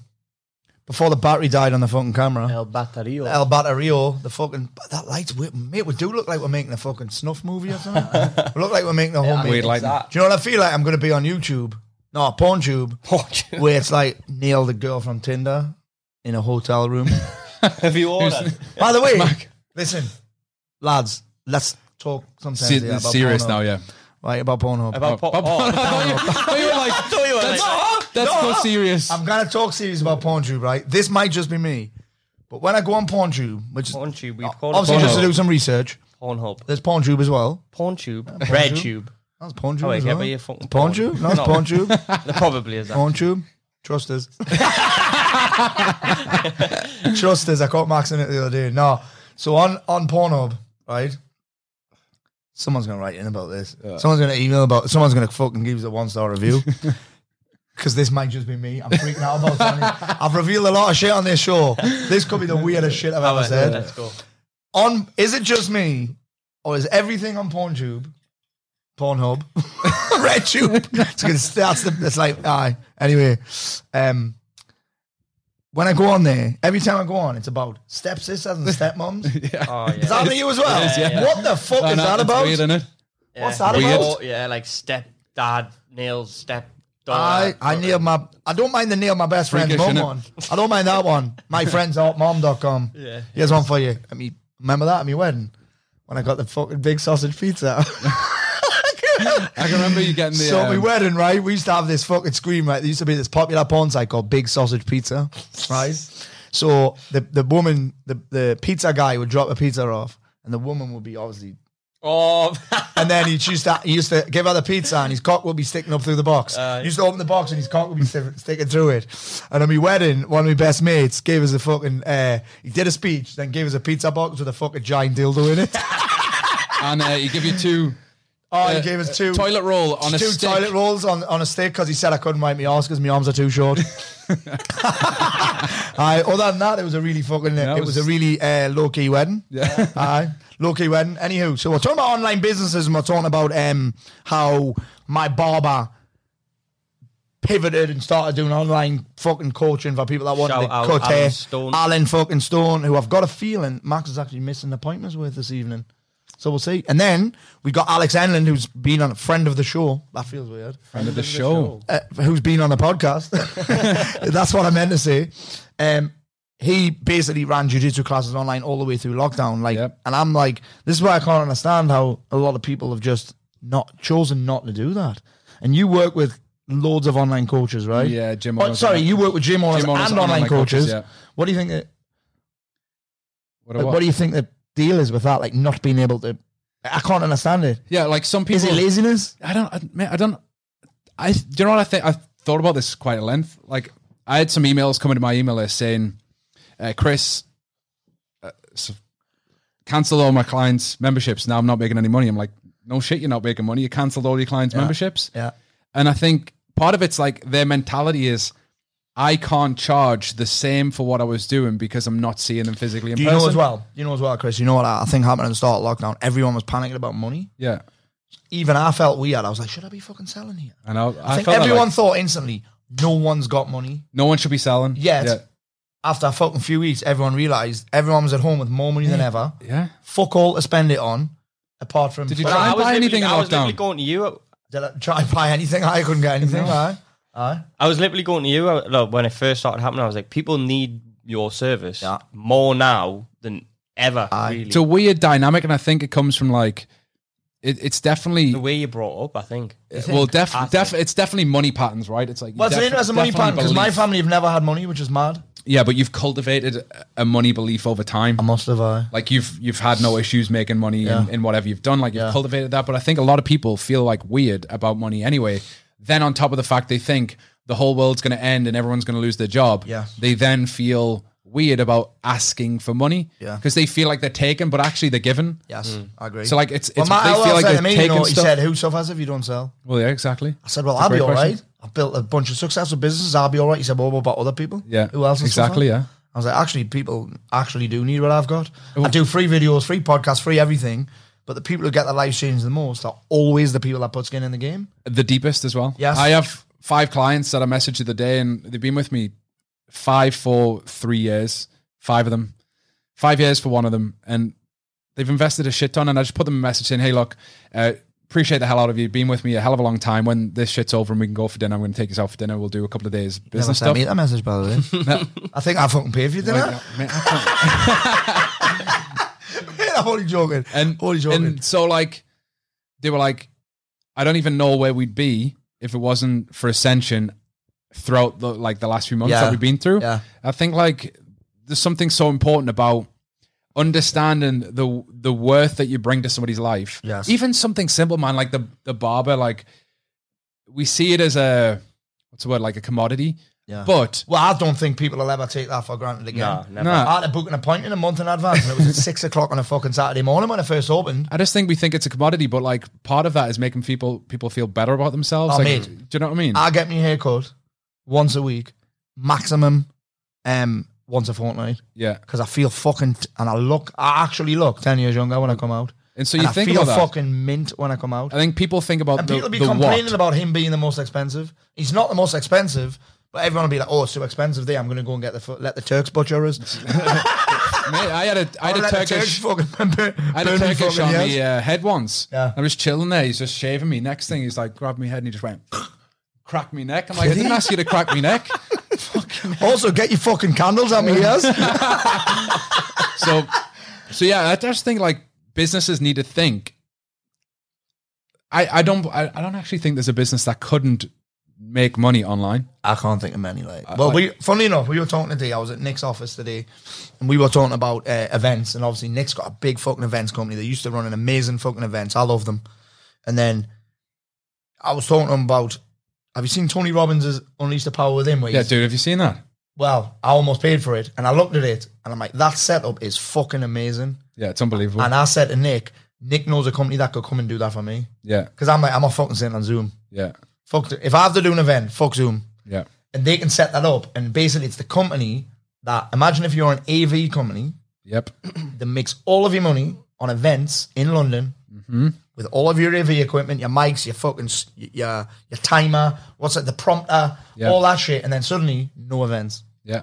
before the battery died on the fucking camera. El Batario. El Batario, the fucking but that light's wi- mate. We do look like we're making a fucking snuff movie or something. we look like we're making a homemade. Weird lightning. Do you know what I feel like? I'm going to be on YouTube, no PornTube, where it's like nail the girl from Tinder in a hotel room. Have you ordered? By the way, listen, lads, let's talk sometimes. See, yeah, it's about serious Pornhub. now, yeah. Right, about Pornhub. About pop- oh, But you were like, you were that's, like- that's No, so serious. I'm gonna talk serious about PornTube, right? This might just be me, but when I go on PornTube, which is PornTube. We've called obviously it just to Pornhub. do some research, Pornhub. there's PornTube as well. PornTube. Red tube. That's PornTube Oh, wait, as yeah, well. but you're fucking porn. PornTube? No, it's No. PornTube. There probably is that. PornTube. Trust us. Trust us. I caught Max in it the other day. No, so on on Pornhub, right? Someone's gonna write in about this. Someone's gonna email about. Someone's gonna fucking give us a one star review. Because this might just be me. I'm freaking out about Tony. I've revealed a lot of shit on this show. This could be the weirdest shit I've ever Alright, said. Let's go. Oh, On is it just me, or is everything on PornTube, Pornhub, RedTube? it's gonna that's the it's like aye. Anyway, um, when I go on there, every time I go on, it's about stepsisters and stepmoms. Oh Is that yeah. on you as well? is, yeah. What the fuck No, is no, that it's about? Weird, innit? What's yeah. that Weird. about? Oh, yeah, like step dad nails step. I, daughter. I nailed my I don't mind the nail my best friend's Freakish, mum innit? one. I don't mind that one. My friend's out mom.com. Yeah. Here's one for you. I mean remember that at my wedding? When I got the fucking big sausage pizza. I can remember you getting the. so at my um, wedding, right? We used to have this fucking scream, right? There used to be this popular porn site called Big Sausage Pizza, right? so the the woman, the, the pizza guy would drop a pizza off and the woman would be obviously Oh, and then he used to he used to give her the pizza, and his cock would be sticking up through the box. he used to open the box, and his cock would be sti- sticking through it. And on my wedding, one of my best mates gave us a fucking. Uh, he did a speech, then gave us a pizza box with a fucking giant dildo in it. and uh, he give you two Oh, he Uh, gave us two toilet roll on a two stick. toilet rolls on, on a stick because he said I couldn't wipe my arse because my arms are too short. Aye, other than that, it was a really fucking. Yeah, it it was, was- a really uh, low key wedding. Yeah. Aye, low key wedding. Anywho, so we're talking about online businesses and we're talking about um, how my barber pivoted and started doing online fucking coaching for people that wanted Shout to out cut Alan hair. Stone. Alan fucking Stone, who I've got a feeling Max is actually missing appointments with this evening. So we'll see. And then we've got Alex Enland, who's been on a friend of the show. That feels weird. end of the show. Uh, who's been on a podcast. That's what I meant to say. Um, he basically ran jiu-jitsu classes online all the way through lockdown. Like, Yep. and I'm like, this is why I can't understand how a lot of people have just not chosen not to do that. And you work with loads of online coaches, right? Yeah, gym Oh, owners. sorry, you work with gym owners, Gym owners and online, coaches. yeah. What do you think? That, What, a like, what? what do you think the deal is with that? Like not being able to. I can't understand it. yeah, like some people. Is it laziness? I don't, I, mate, I don't, I, do you know what I think? I thought about this quite at length. Like, I had some emails coming to my email list saying, uh, Chris, uh, s- cancelled all my clients' memberships. Now I'm not making any money. I'm like, no shit, you're not making money. You cancelled all your clients' memberships. Yeah. And I think part of it's like their mentality is I can't charge the same for what I was doing because I'm not seeing them physically in Do you person. know as well? Do you know as well, Chris? You know what I I think happened at the start of lockdown? Everyone was panicking about money. Yeah. Even I felt weird. I was like, should I be fucking selling here? And I, I, I, think felt that, like, everyone thought instantly, no one's got money. no one should be selling. Yet, Yeah. after a fucking few weeks, everyone realized everyone was at home with more money than ever. Yeah. Fuck all to spend it on, apart from Did you But try I, and buy literally- anything in I was literally lockdown? going to you. did I try to buy anything. I couldn't get anything. Aye. Aye. I was literally going to you. I, like, when it first started happening, I was like, people need your service Yeah. more now than ever. Aye. Really, It's a weird dynamic, and I think it comes from like it, it's definitely uh, the way you brought up, I think. well, def, I think. def, it's definitely money patterns, right? It's like you Well, it's an def- interesting money definitely plan because my believe- family have never had money, which is mad. yeah, but you've cultivated a- a money belief over time. I must have. I. like you've you've had no issues making money in, Yeah. in whatever you've done like you've Yeah. cultivated that but i think a lot of people feel like weird about money anyway then on top of the fact they think the whole world's going to end and everyone's going to lose their job Yeah. they then feel weird about asking for money Yeah. because they feel like they're taken but actually they're given yes, I agree. Hmm. so like it's, well, it's Matt they Elwell feel like said they're to me, you taking know, he stuff said, "Who suffers if you don't sell?" well yeah exactly I said, "Well, It's a I'll be great all question. right. I've built a bunch of successful businesses. I'll be all right." He said, "Well, what about other people? yeah who else? Is exactly yeah I was like, "Actually, people actually do need what I've got. I do free videos, free podcasts, free everything." But the people who get their lives changed the most are always the people that put skin in the game. the deepest as well. Yes. I have five clients that I messaged the other day, and they've been with me five, four, three years. Five of them, five years for one of them, and they've invested a shit ton. And I just put them a message saying, "Hey, look, uh, appreciate the hell out of you. Been with me a hell of a long time. When this shit's over and we can go for dinner, I'm going to take us out for dinner. We'll do a couple of days Never business sent stuff." me that message, by the way. I think I fucking paid for you, didn't I? Like, mate, I can't- I'm only joking. And, only joking. and so like they were like, I don't even know where we'd be if it wasn't for Ascension throughout the like the last few months that Yeah. we've been through. Yeah. I think like there's something so important about understanding the the worth that you bring to somebody's life. Yes. Even something simple, man, like the the barber, like we see it as a what's the word, like a commodity. Yeah. But well, I don't think people will ever take that for granted again. Nah, never. Nah. I had to book an appointment a month in advance, and it was at six o'clock on a fucking Saturday morning when I first opened. I just think we think it's a commodity, but like part of that is making people people feel better about themselves. Oh, like, mate. do you know what I mean? I get my haircut once a week, maximum, um, once a fortnight, yeah. because I feel fucking t- and I look, I actually look ten years younger when I come out. And so and you I think feel about that. fucking mint when I come out. I think people think about And the, people be the complaining what. about him being the most expensive. He's not the most expensive, but everyone will be like, "Oh, it's too expensive." There, I'm going to go and get the fu- let the Turks butcher us. Mate, I had a I I'll had a let the Turkish Turks fucking burn- I had a burn me Turkish fucking on ears. the uh, head once. Yeah. I was chilling there. He's just shaving me. Next thing, he's like, grabbed me head and he just went, crack me neck. I'm like, I didn't ask you to crack me neck. Also, get your fucking candles out my ears. So, so yeah, I just think like businesses need to think. I I don't I, I don't actually think there's a business that couldn't make money online. I can't think of many. Like, Uh, well, we funny enough, we were talking today. I was at Nick's office today, and we were talking about uh, events. And obviously, Nick's got a big fucking events company. They used to run an amazing fucking events. I love them. And then I was talking to him about. Have you seen Tony Robbins' Unleash the Power Within? Where Yeah, he's- dude, have you seen that? Well, I almost paid for it, and I looked at it, and I'm like, that setup is fucking amazing. Yeah, it's unbelievable. And I said to Nick, Nick knows a company that could come and do that for me, yeah, because I'm like, I'm not fucking sitting on Zoom. yeah, Fuck, if I have to do an event, fuck Zoom yeah, and they can set that up. And basically, it's the company that imagine if you're an AV company yep, that makes all of your money on events in London with all of your AV equipment, your mics, your fucking s- your your timer, what's it, the prompter, Yeah. all that shit, and then suddenly no events. yeah.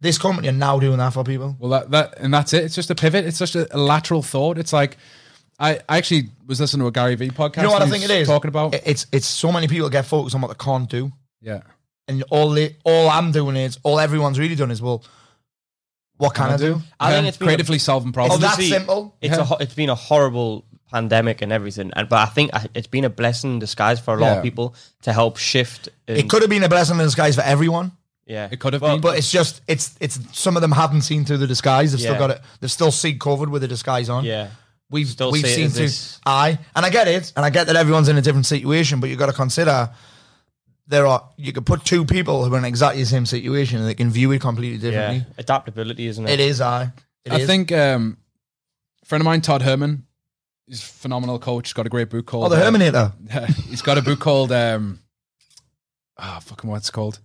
This company are now doing that for people. Well, that, that and that's it. It's just a pivot. It's just a, a lateral thought. It's like I, I actually was listening to a Gary Vee podcast. You know what I and think it he's is talking about. It- It's it's so many people get focused on what they can't do, yeah, and all they, all I'm doing is all everyone's really done is well, what can, I, do? I think Yeah, it's been- creatively solving Oh, problems. that Obviously, simple. It's Yeah. a ho- it's been a horrible pandemic and everything, and but I think I- it's been a blessing in disguise for a lot Yeah. of people to help shift. And, It could have been a blessing in disguise for everyone. yeah, It could have been. But it's just it's it's some of them haven't seen through the disguise. They've Yeah. still got it. They've still seen covered with the disguise on. yeah, we've Still we've see it seen as through. this- Aye, and I get it, and I get that everyone's in a different situation. But you've got to consider there are you could put two people who are in exactly the same situation and they can view it completely yeah. differently. Adaptability, isn't it? It is I. It I is. think um, friend of mine, Todd Herman, he's a phenomenal coach. Got a great book called Oh, the uh, Herminator. he's got a book called um ah fucking what's it called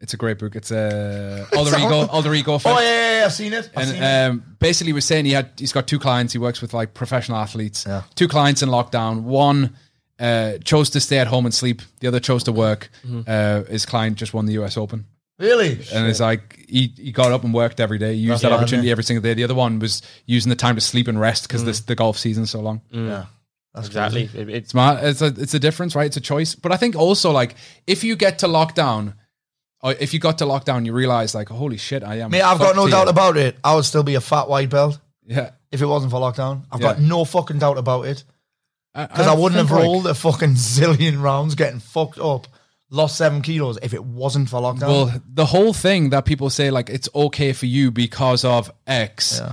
it's a great book it's uh, alter ego alter ego Effect. Oh yeah, yeah, yeah, I've seen it. I've uh, seen it. and um basically he was saying he had he's got two clients he works with like professional athletes Yeah. two clients in lockdown one uh chose to stay at home and sleep the other chose to work Mm-hmm. uh his client just won the us open Really? and it's like he, he got up and worked every day. He used that Yeah, opportunity every single day. The other one was using the time to sleep and rest because Mm. this the golf season's so long. Yeah. That's Exactly. crazy. It- it's It's my, it's a it's a difference, right? It's a choice. But I think also like if you get to lockdown, or if you got to lockdown, you realize like holy shit, I am. Mate, I've got fucked no here. doubt about it. I would still be a fat white belt yeah. if it wasn't for lockdown. I've got Yeah. no fucking doubt about it. Because Because I, wouldn't have rolled. rolled a fucking zillion rounds getting fucked up, lost seven kilos if it wasn't for lockdown. Well, the whole thing that people say like it's okay for you because of X Yeah.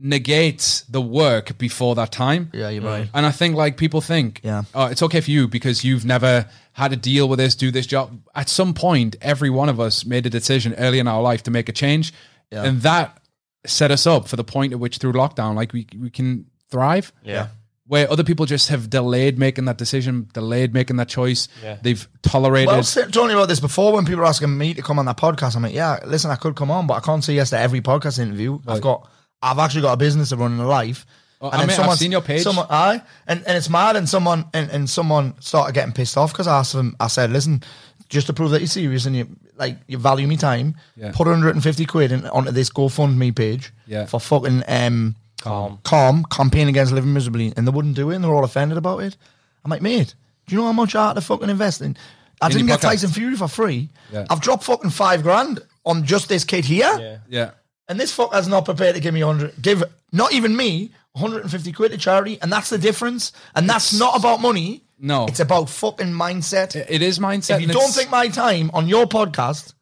negates the work before that time. yeah, Mm. you're right. And I think like people think, Yeah. oh, it's okay for you because you've never had to deal with this, do this job. At some point, every one of us made a decision early in our life to make a change, Yeah. and that set us up for the point at which through lockdown, like we we can thrive. yeah. Where other people just have delayed making that decision, delayed making that choice. Yeah. They've tolerated. Well, I was talking about this before when people are asking me to come on that podcast. I'm like, yeah, listen, I could come on, but I can't say yes to every podcast interview. I've got, I've actually got a business to run in a life. Oh, I mean, I've seen your page. Someone, aye, and, and it's mad. And someone and, and someone started getting pissed off because I asked them. I said, listen, just to prove that you're serious and you like you value me time, Yeah. put 150 quid in, onto this GoFundMe page Yeah. for fucking um, Calm. calm campaign against living miserably, and they wouldn't do it, and they're all offended about it. I'm like, mate, do you know how much I had to fucking invest in? I your didn't get podcast. Tyson Fury for free. Yeah. I've dropped fucking five grand on just this kid here, Yeah. yeah. and this fucker's not prepared to give me hundred, give not even me 150 quid to charity, and that's the difference. And that's not about money. No. it's about fucking mindset. It is mindset. if you and don't it's- think my time on your podcast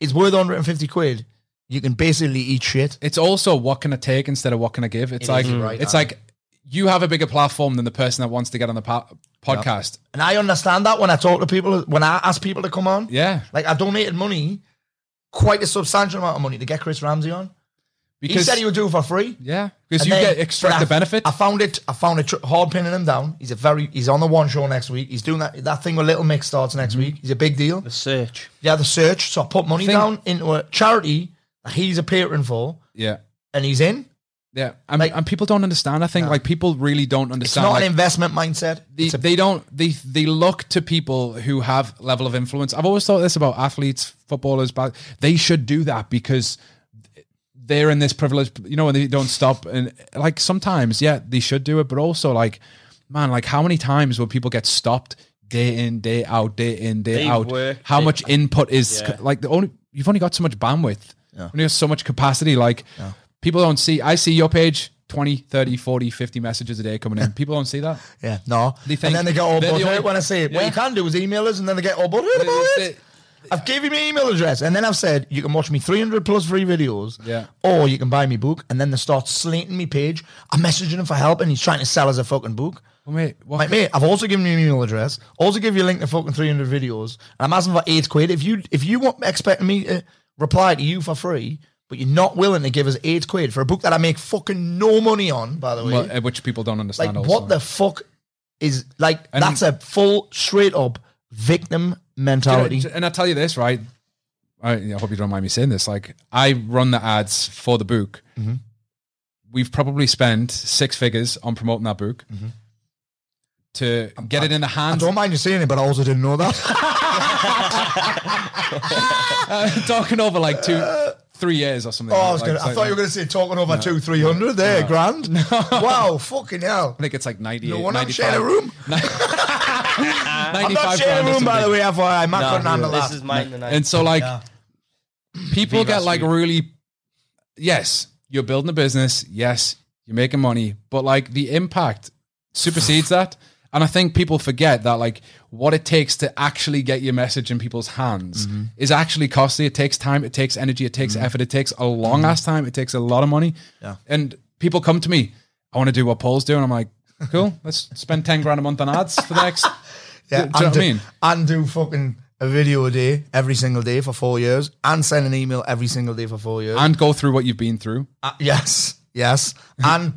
is worth 150 quid, you can basically eat shit. it's also what can I take instead of what can I give. It's It like is right, it's I- like you have a bigger platform than the person that wants to get on the po- podcast. And I understand that when I talk to people, when I ask people to come on, Yeah, Like I donated money, quite a substantial amount of money to get Chris Ramsey on. because he said he would do it for free. yeah, because And you then- get extract but the I- benefit. I found it. I found it tr- hard pinning him down. He's a very. He's on the one show next week. He's doing that that thing with Little Mix starts next week. He's a big deal. The search. Yeah, the search. So I put money Mm-hmm. Thing- down into a charity that he's a patron for, yeah, and he's in. yeah, and, Like- and people don't understand. I think like people really don't It's understand. not like, an investment mindset. they, it's a, they don't they they look to people who have level of influence. I've always thought this about athletes, footballers, but they should do that because they're in this privilege, you know, and they don't stop. And like sometimes, yeah, they should do it, but also like, man, like how many times will people get stopped day in, day out, day in, day They out? work- how they- much input is Yeah. like the only you've only got so much bandwidth, only got so much capacity. Like people don't see. I see your page. 20, 30, 40, 50 messages a day coming in. People don't see that. yeah, no. They think- and then they get all they're the butthurt only- when I say it. What Yeah. you can do is email us, and then they get all butthurt about it. I've given you my email address, and then I've said you can watch me 300 plus free videos, Yeah. or you can buy me book. And then they start slating me page. I'm messaging him for help, and he's trying to sell us a fucking book. Well, mate, what, Like, mate, I've also given you an email address, also give you a link to fucking 300 videos, and I'm asking for eight quid. If you if you want expecting me to reply to you for free, but you're not willing to give us eight quid for a book that I make fucking no money on, by the way, Well, uh, which people don't like understand. also. what the fuck is like? And- that's a full straight up victim mentality. You know, and I tell you this, right? I, I hope you don't mind me saying this. Like, I run the ads for the book. Mm-hmm. We've probably spent six figures on promoting that book to get it in the Mm-hmm. I hands. don't mind you saying it, but I also didn't know that. I'm talking over like two, three years or something. Uh, Oh, I was Like, gonna, it's I like- thought you were going to say talking over two, three hundred there, grand. Wow, fucking hell! I think it's like 98. No wonder I'm sharing a 95 room. I'm 95 not sharing grand a or room, by something. the way. FYI, Matt Nah, couldn't handle this that. is mine tonight. And so like Yeah. people Viva get like Street. really yes, you're building a business, yes, you're making money, but like the impact supersedes that. And I think people forget that like what it takes to actually get your message in people's hands Mm-hmm. is actually costly. It takes time, it takes energy, it takes effort, it takes a long ass time, it takes a lot of money. Mm-hmm. Yeah. And people come to me, I want to do what Paul's doing. I'm like, cool, let's spend 10 grand a month on ads for the next yeah, do you and know what I mean? And do fucking a video a day every single day for four years, and send an email every single day for four years. and go through what you've been through. Uh, yes, yes, and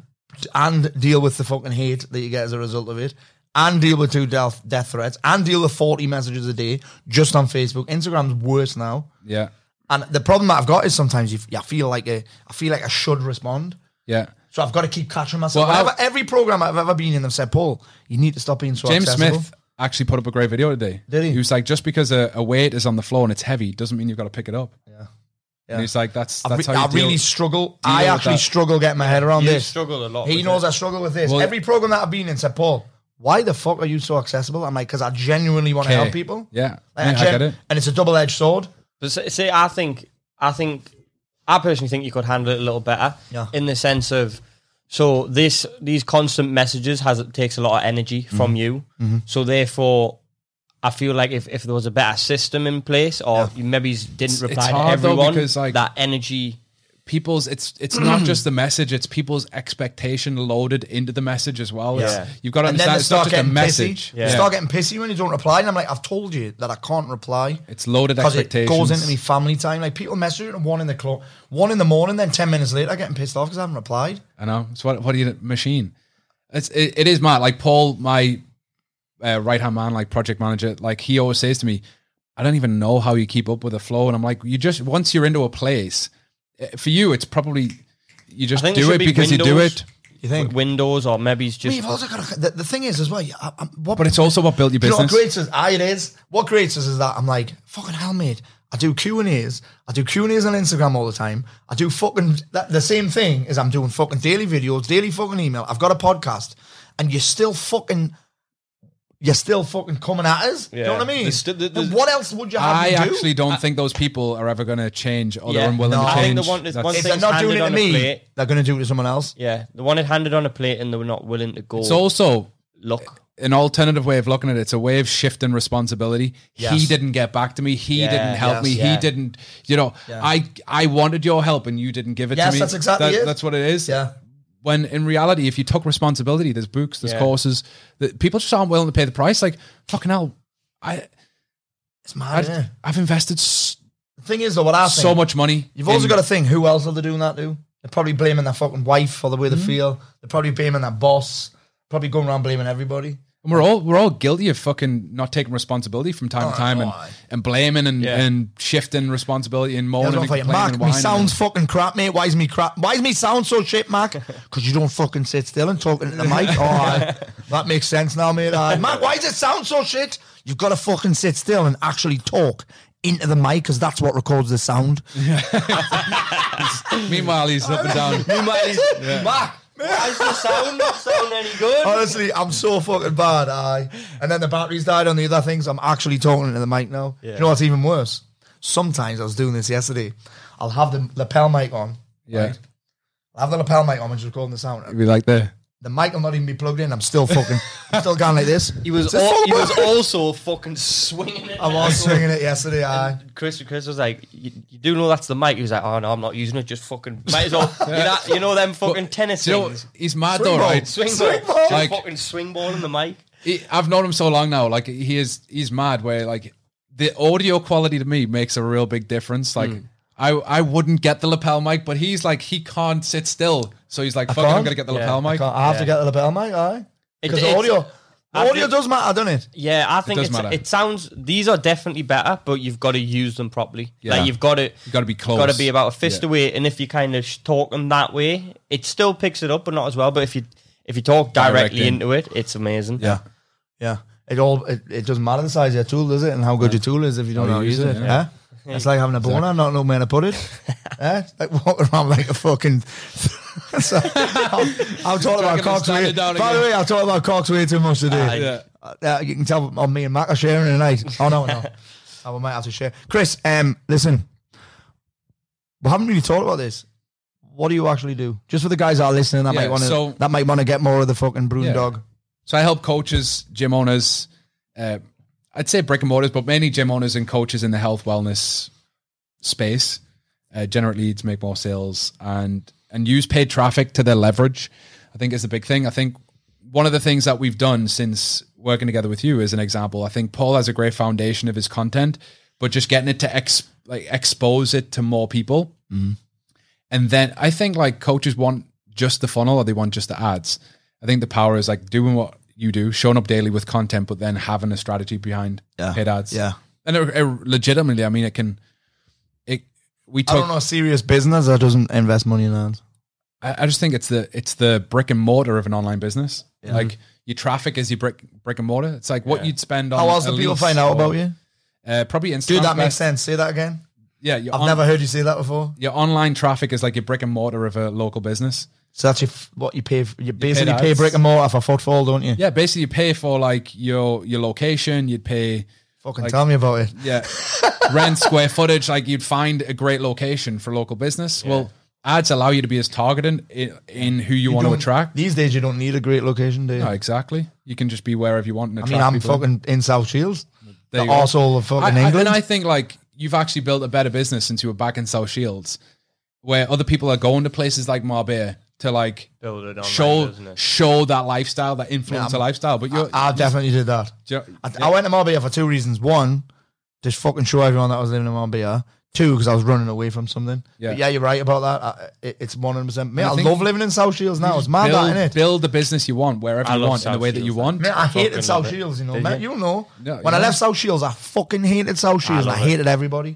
and deal with the fucking hate that you get as a result of it, and deal with two death death threats, and deal with forty messages a day just on Facebook. Instagram's worse now, Yeah. and the problem that I've got is sometimes you, f- I feel like a, I feel like I should respond. Yeah. So I've got to keep catching myself. Well, I've- Whenever- every program I've ever been in, they've said, "Paul, you need to stop being so James accessible." Smith actually put up a great video today. Did he? He was like, just because a, a weight is on the floor and it's heavy doesn't mean you've got to pick it up. Yeah. Yeah. And he's like, that's I, re- that's how you I deal- really struggle. I with actually that. struggle getting my head around You this. struggle a lot. He with knows it. I struggle with this. Well- Every program that I've been in said, Paul, why the fuck are you so accessible? I'm like, because I genuinely want to Okay. help people. Yeah. Like, Yeah, I gen- get it. And it's a double edged sword. But say, say I think I think I personally think you could handle it a little better. Yeah. In the sense of so this these constant messages has takes a lot of energy Mm-hmm. from you. So therefore I feel like if, if there was a better system in place or you maybe s- didn't it's reply to hard though, everyone because, like- that energy people's it's it's not just the message it's people's expectation loaded into the message as well It's- Yeah. you've got to And then understand they it's not start just a getting message pissy. Yeah. They start getting pissy when you don't reply. And I'm like, I've told you that I can't reply. it's loaded Because it expectations goes into me family time. Like people message at one in the clock, one in the morning, then ten minutes later, getting pissed off because I haven't replied. i know it's what what are you machine it's it, it is mad like paul my uh, right hand man like project manager like he always says to me i don't even know how you keep up with the flow and i'm like you just once you're into a place eh, for you it's probably you just I think there do it should be because you do windows. it You think? windows or maybe it's But just you've also got to, the, the thing is as well. yeah, I, I'm, what, but it's also what built your Do you know what business creates us? Ah, it is. What creates us is that I'm like, fucking hell, mate. I do Q and A's. I do Q and A's on Instagram all the time. I do fucking that, the same thing as I'm doing fucking daily videos, daily fucking email. I've got a podcast, and you're still fucking, you're still fucking coming at us. Do you know Yeah. what I mean? There's still- there's- Then what else would you have I me do? actually don't think those people are ever going to change or Yeah. they're unwilling No. to I change. think the one- there's That's- one if thing- they're not handed doing it to on a me, plate. they're going to do it to someone else. yeah, the one that handed on a plate and they were not willing to go It's also look. an alternative way of looking at it. It's a way of shifting responsibility. Yes. He didn't get back to me. He Yeah. didn't help Yes. me. Yeah. He didn't. You know, I I wanted your help and you didn't give it Yes, to me. that's exactly That- it. That's what it is. Yeah. When in reality, if you took responsibility, there's books, there's Yeah. courses that people just aren't willing to pay the price. Like fucking hell, I, It's mad. I innit? I've invested s- The thing is, though, what I think, so much money. You've also in- got to think who else are they doing that to? They're probably blaming their fucking wife for the way they feel. They're probably blaming their boss. Probably going around blaming everybody. And we're all we're all guilty of fucking not taking responsibility from time Oh, to time and, boy. and blaming and, Yeah. and shifting responsibility and moaning That's what and I'm fighting. complaining Mark, and me whining and- sounds fucking crap, mate. Why is me crap? Why is me sound so shit, Mark? Because you don't fucking sit still and talk into the mic. Oh, aye. that makes sense now, mate. Aye. Mark, why does it sound so shit? You've got to fucking sit still and actually talk into the mic because that's what records the sound. Meanwhile, he's up and down. Mark, Why is the sound not sound any good? Honestly, I'm so fucking bad. Aye. And then the batteries died on the other things. I'm actually talking into the mic now. You know what's even worse? Sometimes I was doing this yesterday. I'll have the lapel mic on. Yeah, Right? I'll have the lapel mic on when she's recording the sound. It'd be like there. The mic will not even be plugged in. I'm still fucking, I'm still going like this. He was, Just al- fucking- he was also fucking swinging it. I was swinging it yesterday. Aye. Chris, Chris was like, you, you do know that's the mic. He was like, oh no, I'm not using it. Just fucking might as well. you, know, you know them fucking tennis Do you know things. what? he's mad Swing though, ball. right? Swing, Swing ball. ball. Just Like- fucking swing ball in the mic. He- I've known him so long now. Like he is, he's mad. Where like the audio quality to me makes a real big difference. Hmm. Like. I, I wouldn't get the lapel mic, but he's like he can't sit still, so he's like, "Fuck, it, I'm can't? gonna get the Yeah, lapel I mic." can't- I have to Yeah. get the lapel mic. Aye. It- Because it's- audio, I've audio ju- does matter, doesn't it? Yeah, I think does it's, matter. it sounds. These are definitely better, but you've got to use them properly. Yeah. Like you've got to You got to be close. got to be about a fist Yeah. away. And if you kind of sh- talk them that way, it still picks it up, but not as well. But if you if you talk Direct directly in. into it, it's amazing. Yeah. Yeah. It all it, it doesn't matter the size of your tool, does it? And how good your tool is if Oh, you don't know how to use it. Yeah. It's like having a boner, and not knowing where to put it. yeah? It's Like walking around like a fucking. so, I'm, I'm talking about Dragging the cocks standard way. down By the again. way, I'm talking about cocks way too much today. Yeah. Uh, uh, you can tell on me and Mac are sharing tonight. Oh no, no, oh, we might have to share. Chris, um, listen, we haven't really talked about this. What do you actually do? Just for the guys that are listening, that Yeah, might want to so- that might want to get more of the fucking broom Yeah. dog. So I help coaches, gym owners, uh, I'd say brick and mortars, but mainly gym owners and coaches in the health wellness space uh, generate leads, make more sales, and and use paid traffic to their leverage. I think is the big thing. I think one of the things that we've done since working together with you is an example. I think Paul has a great foundation of his content, but just getting it to ex Mm-hmm. like expose it to more people, and then I think like coaches want just the funnel or they want just the ads. I think the power is like doing what you do, showing up daily with content, but then having a strategy behind Yeah. paid ads. Yeah. and it, it legitimately, I mean, it can. It we I took. don't know a serious business that doesn't invest money in ads. I, I just think it's the it's the brick and mortar of an online business. Yeah. Like your traffic is your brick brick and mortar. It's like what you'd spend on. How else a do people lease find out or- about you? Uh, probably Instagram. Dude, that makes best- sense. Say that again. Yeah, your I've on- never heard you say that before. Your online traffic is like your brick and mortar of a local business. So that's your, f- what you pay. f- You basically pay ads. brick and mortar for footfall, don't you? Yeah, basically you pay for like your your location. You'd pay Fucking Like- tell me about it. yeah rent square footage. Like you'd find a great location for local business. Well, ads allow you to be as targeted in, in who you, want to don't- attract. These days, you don't need a great location, do you? No, exactly. You can just be wherever you want and I attract mean, I'm people in. fucking in South Shields, There the you go. arsehole of fucking I- I- England. and I think like you've actually built a better business since you were back in South Shields, where other people are going to places like Marbella to like Build it on show doesn't it? show that lifestyle, that influencer Yeah, I'm- lifestyle. But you're, I, I definitely did that. you're- I, I went to Marbella for two reasons. One, just fucking show everyone that I was living in Marbella. Two, because I was running away from something. Yeah. Yeah, but yeah you're right about that. I, it, it's 100%. Mate, And I I, think love living in South Shields now. It's mad, build, that, innit? build the business you want wherever I you love want in the South way that you Shields, want. Mate, I hated Fucking South love it. Shields, you know, Did mate. you? You know. No, when I yeah. left South Shields, I fucking hated South Shields. I, love it. hated everybody.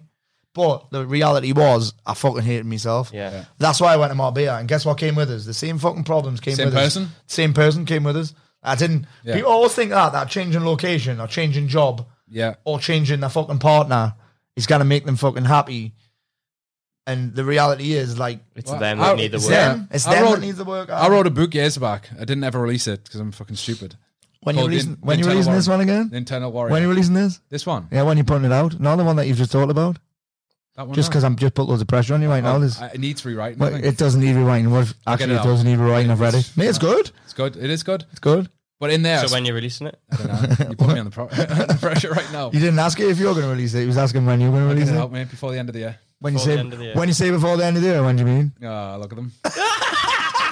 But the reality was, I fucking hated myself. Yeah. Yeah. That's why I went to Marbella. And guess what came with us? The same fucking problems came Same with us. person? Same person came with us. I didn't. Yeah. People always think "Ah, that, that changing location or changing job Yeah, or changing their fucking partner is going to make them fucking happy. And the reality is, like, It's Well, them I- that need the it's work. them. It's I them wrote- that needs the work. I wrote a book years back. I didn't ever release it because I'm fucking stupid. when you Called releasing, Nin- when you Nintendo releasing this one Warrior. again? Nintendo Warrior. When you releasing this? this one, Yeah, when you putting it out. Not the one that you've just talked about. that one. Just because I'm just put loads of pressure on you right now. This, Oh, I, it needs rewriting. I well, think. it doesn't need rewriting. What if get actually it it out. doesn't need rewriting? I've read it. Mate, it's good. it's good. It is good. It's good. But in there, So when you're releasing it, I don't know, you put me on the, pro- under pressure right now. You didn't ask it if you were going to release it. He was asking when you were going to Get release it it. out, mate, before the end of the year. When you Before say the end of the year. when you say before the end of the year, when do you mean? Ah, look at them.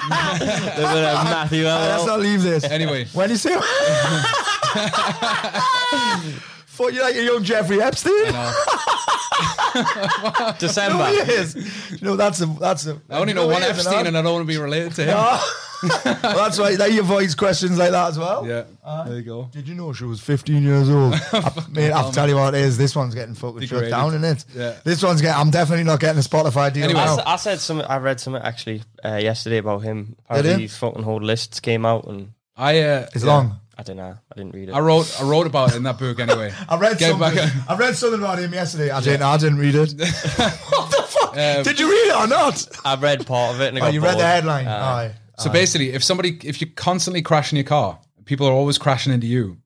Matthew, Let's not leave this. Anyway, When you say. Thought you like a young Jeffrey Epstein. No, he December. is. You know that's a that's a. I only know one Epstein, and I don't want to be related to him. well, that's right. They avoid questions like that as well. Yeah, there you go. Did you know she was 15 years old? I, mate, I'll tell you what it is. This one's getting fucking shut Degraded. down, isn't it? Yeah. This one's getting. I'm definitely not getting a Spotify deal. Anyway. now. I, s- I said something. I read something actually uh, yesterday about him. Did Apparently, you? these fucking whole lists came out, and I uh, it's yeah. long. I don't know. I didn't read it. I wrote I wrote about it in that book anyway. I read Get something. back I read something about him yesterday. I didn't. I didn't read it. what the fuck? Um, Did you read it or not? I read part of it, and I Oh, got you read bored. the headline. Uh, Aye. So basically, if somebody if you're constantly crashing your car, people are always crashing into you.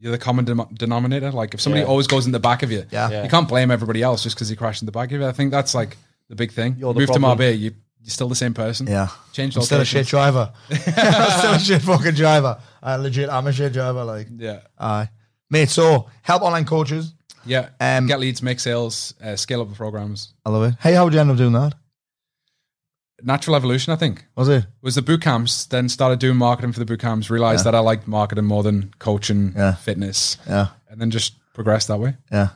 You're the common dem- denominator. Like if somebody Yeah. always goes in the back of you, Yeah. Yeah. you can't blame everybody else just because he crashed in the back of you. I think that's like the big thing. You're the Move problem. to Marbella, you you're still the same person. Yeah. change I'm still a location. shit driver. I'm still a shit fucking driver. I legit. I'm a shit driver. Like, Yeah, aye, mate. So help online coaches. yeah. Um, Get leads, make sales, uh, scale up the programs. I love it. Hey, how would you end up doing that? Natural evolution, I think. Was it? was the boot camps, then started doing marketing for the boot camps, realized that I liked marketing more than coaching, Yeah. fitness, Yeah. and then just progressed that way. Yeah.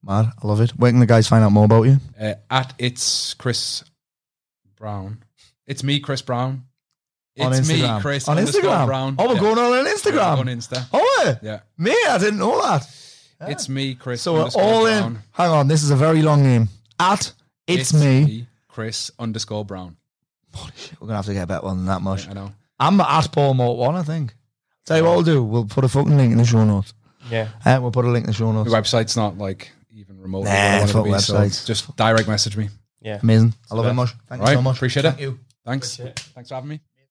Mad. I love it. Where can the guys find out more about you? Uh, at it's Chris Brown. It's me, Chris Brown. on It's Instagram. me, Chris on underscore Instagram. Brown. Oh, we're Yeah. going on an Yeah, Instagram. on Insta. Oh, yeah. Yeah. Me, I didn't know that. It's me, Chris. So we're underscore all in. Brown. Hang on, this is a very long name. At it's, me. Chris underscore Brown. We're gonna have to get a better one than that much. I know. I'm at Paul Mort one, I think. Tell you what we'll do. We'll put a fucking link in the show notes. Yeah. Uh, we'll put a link in the show The notes. website's not like even Nah, remotely where I want it to fuck be, so websites. just direct message me. Yeah. Amazing. I love it best. much. Thank Right, you so much. appreciate it. Thank you. Thanks. Thanks for having me.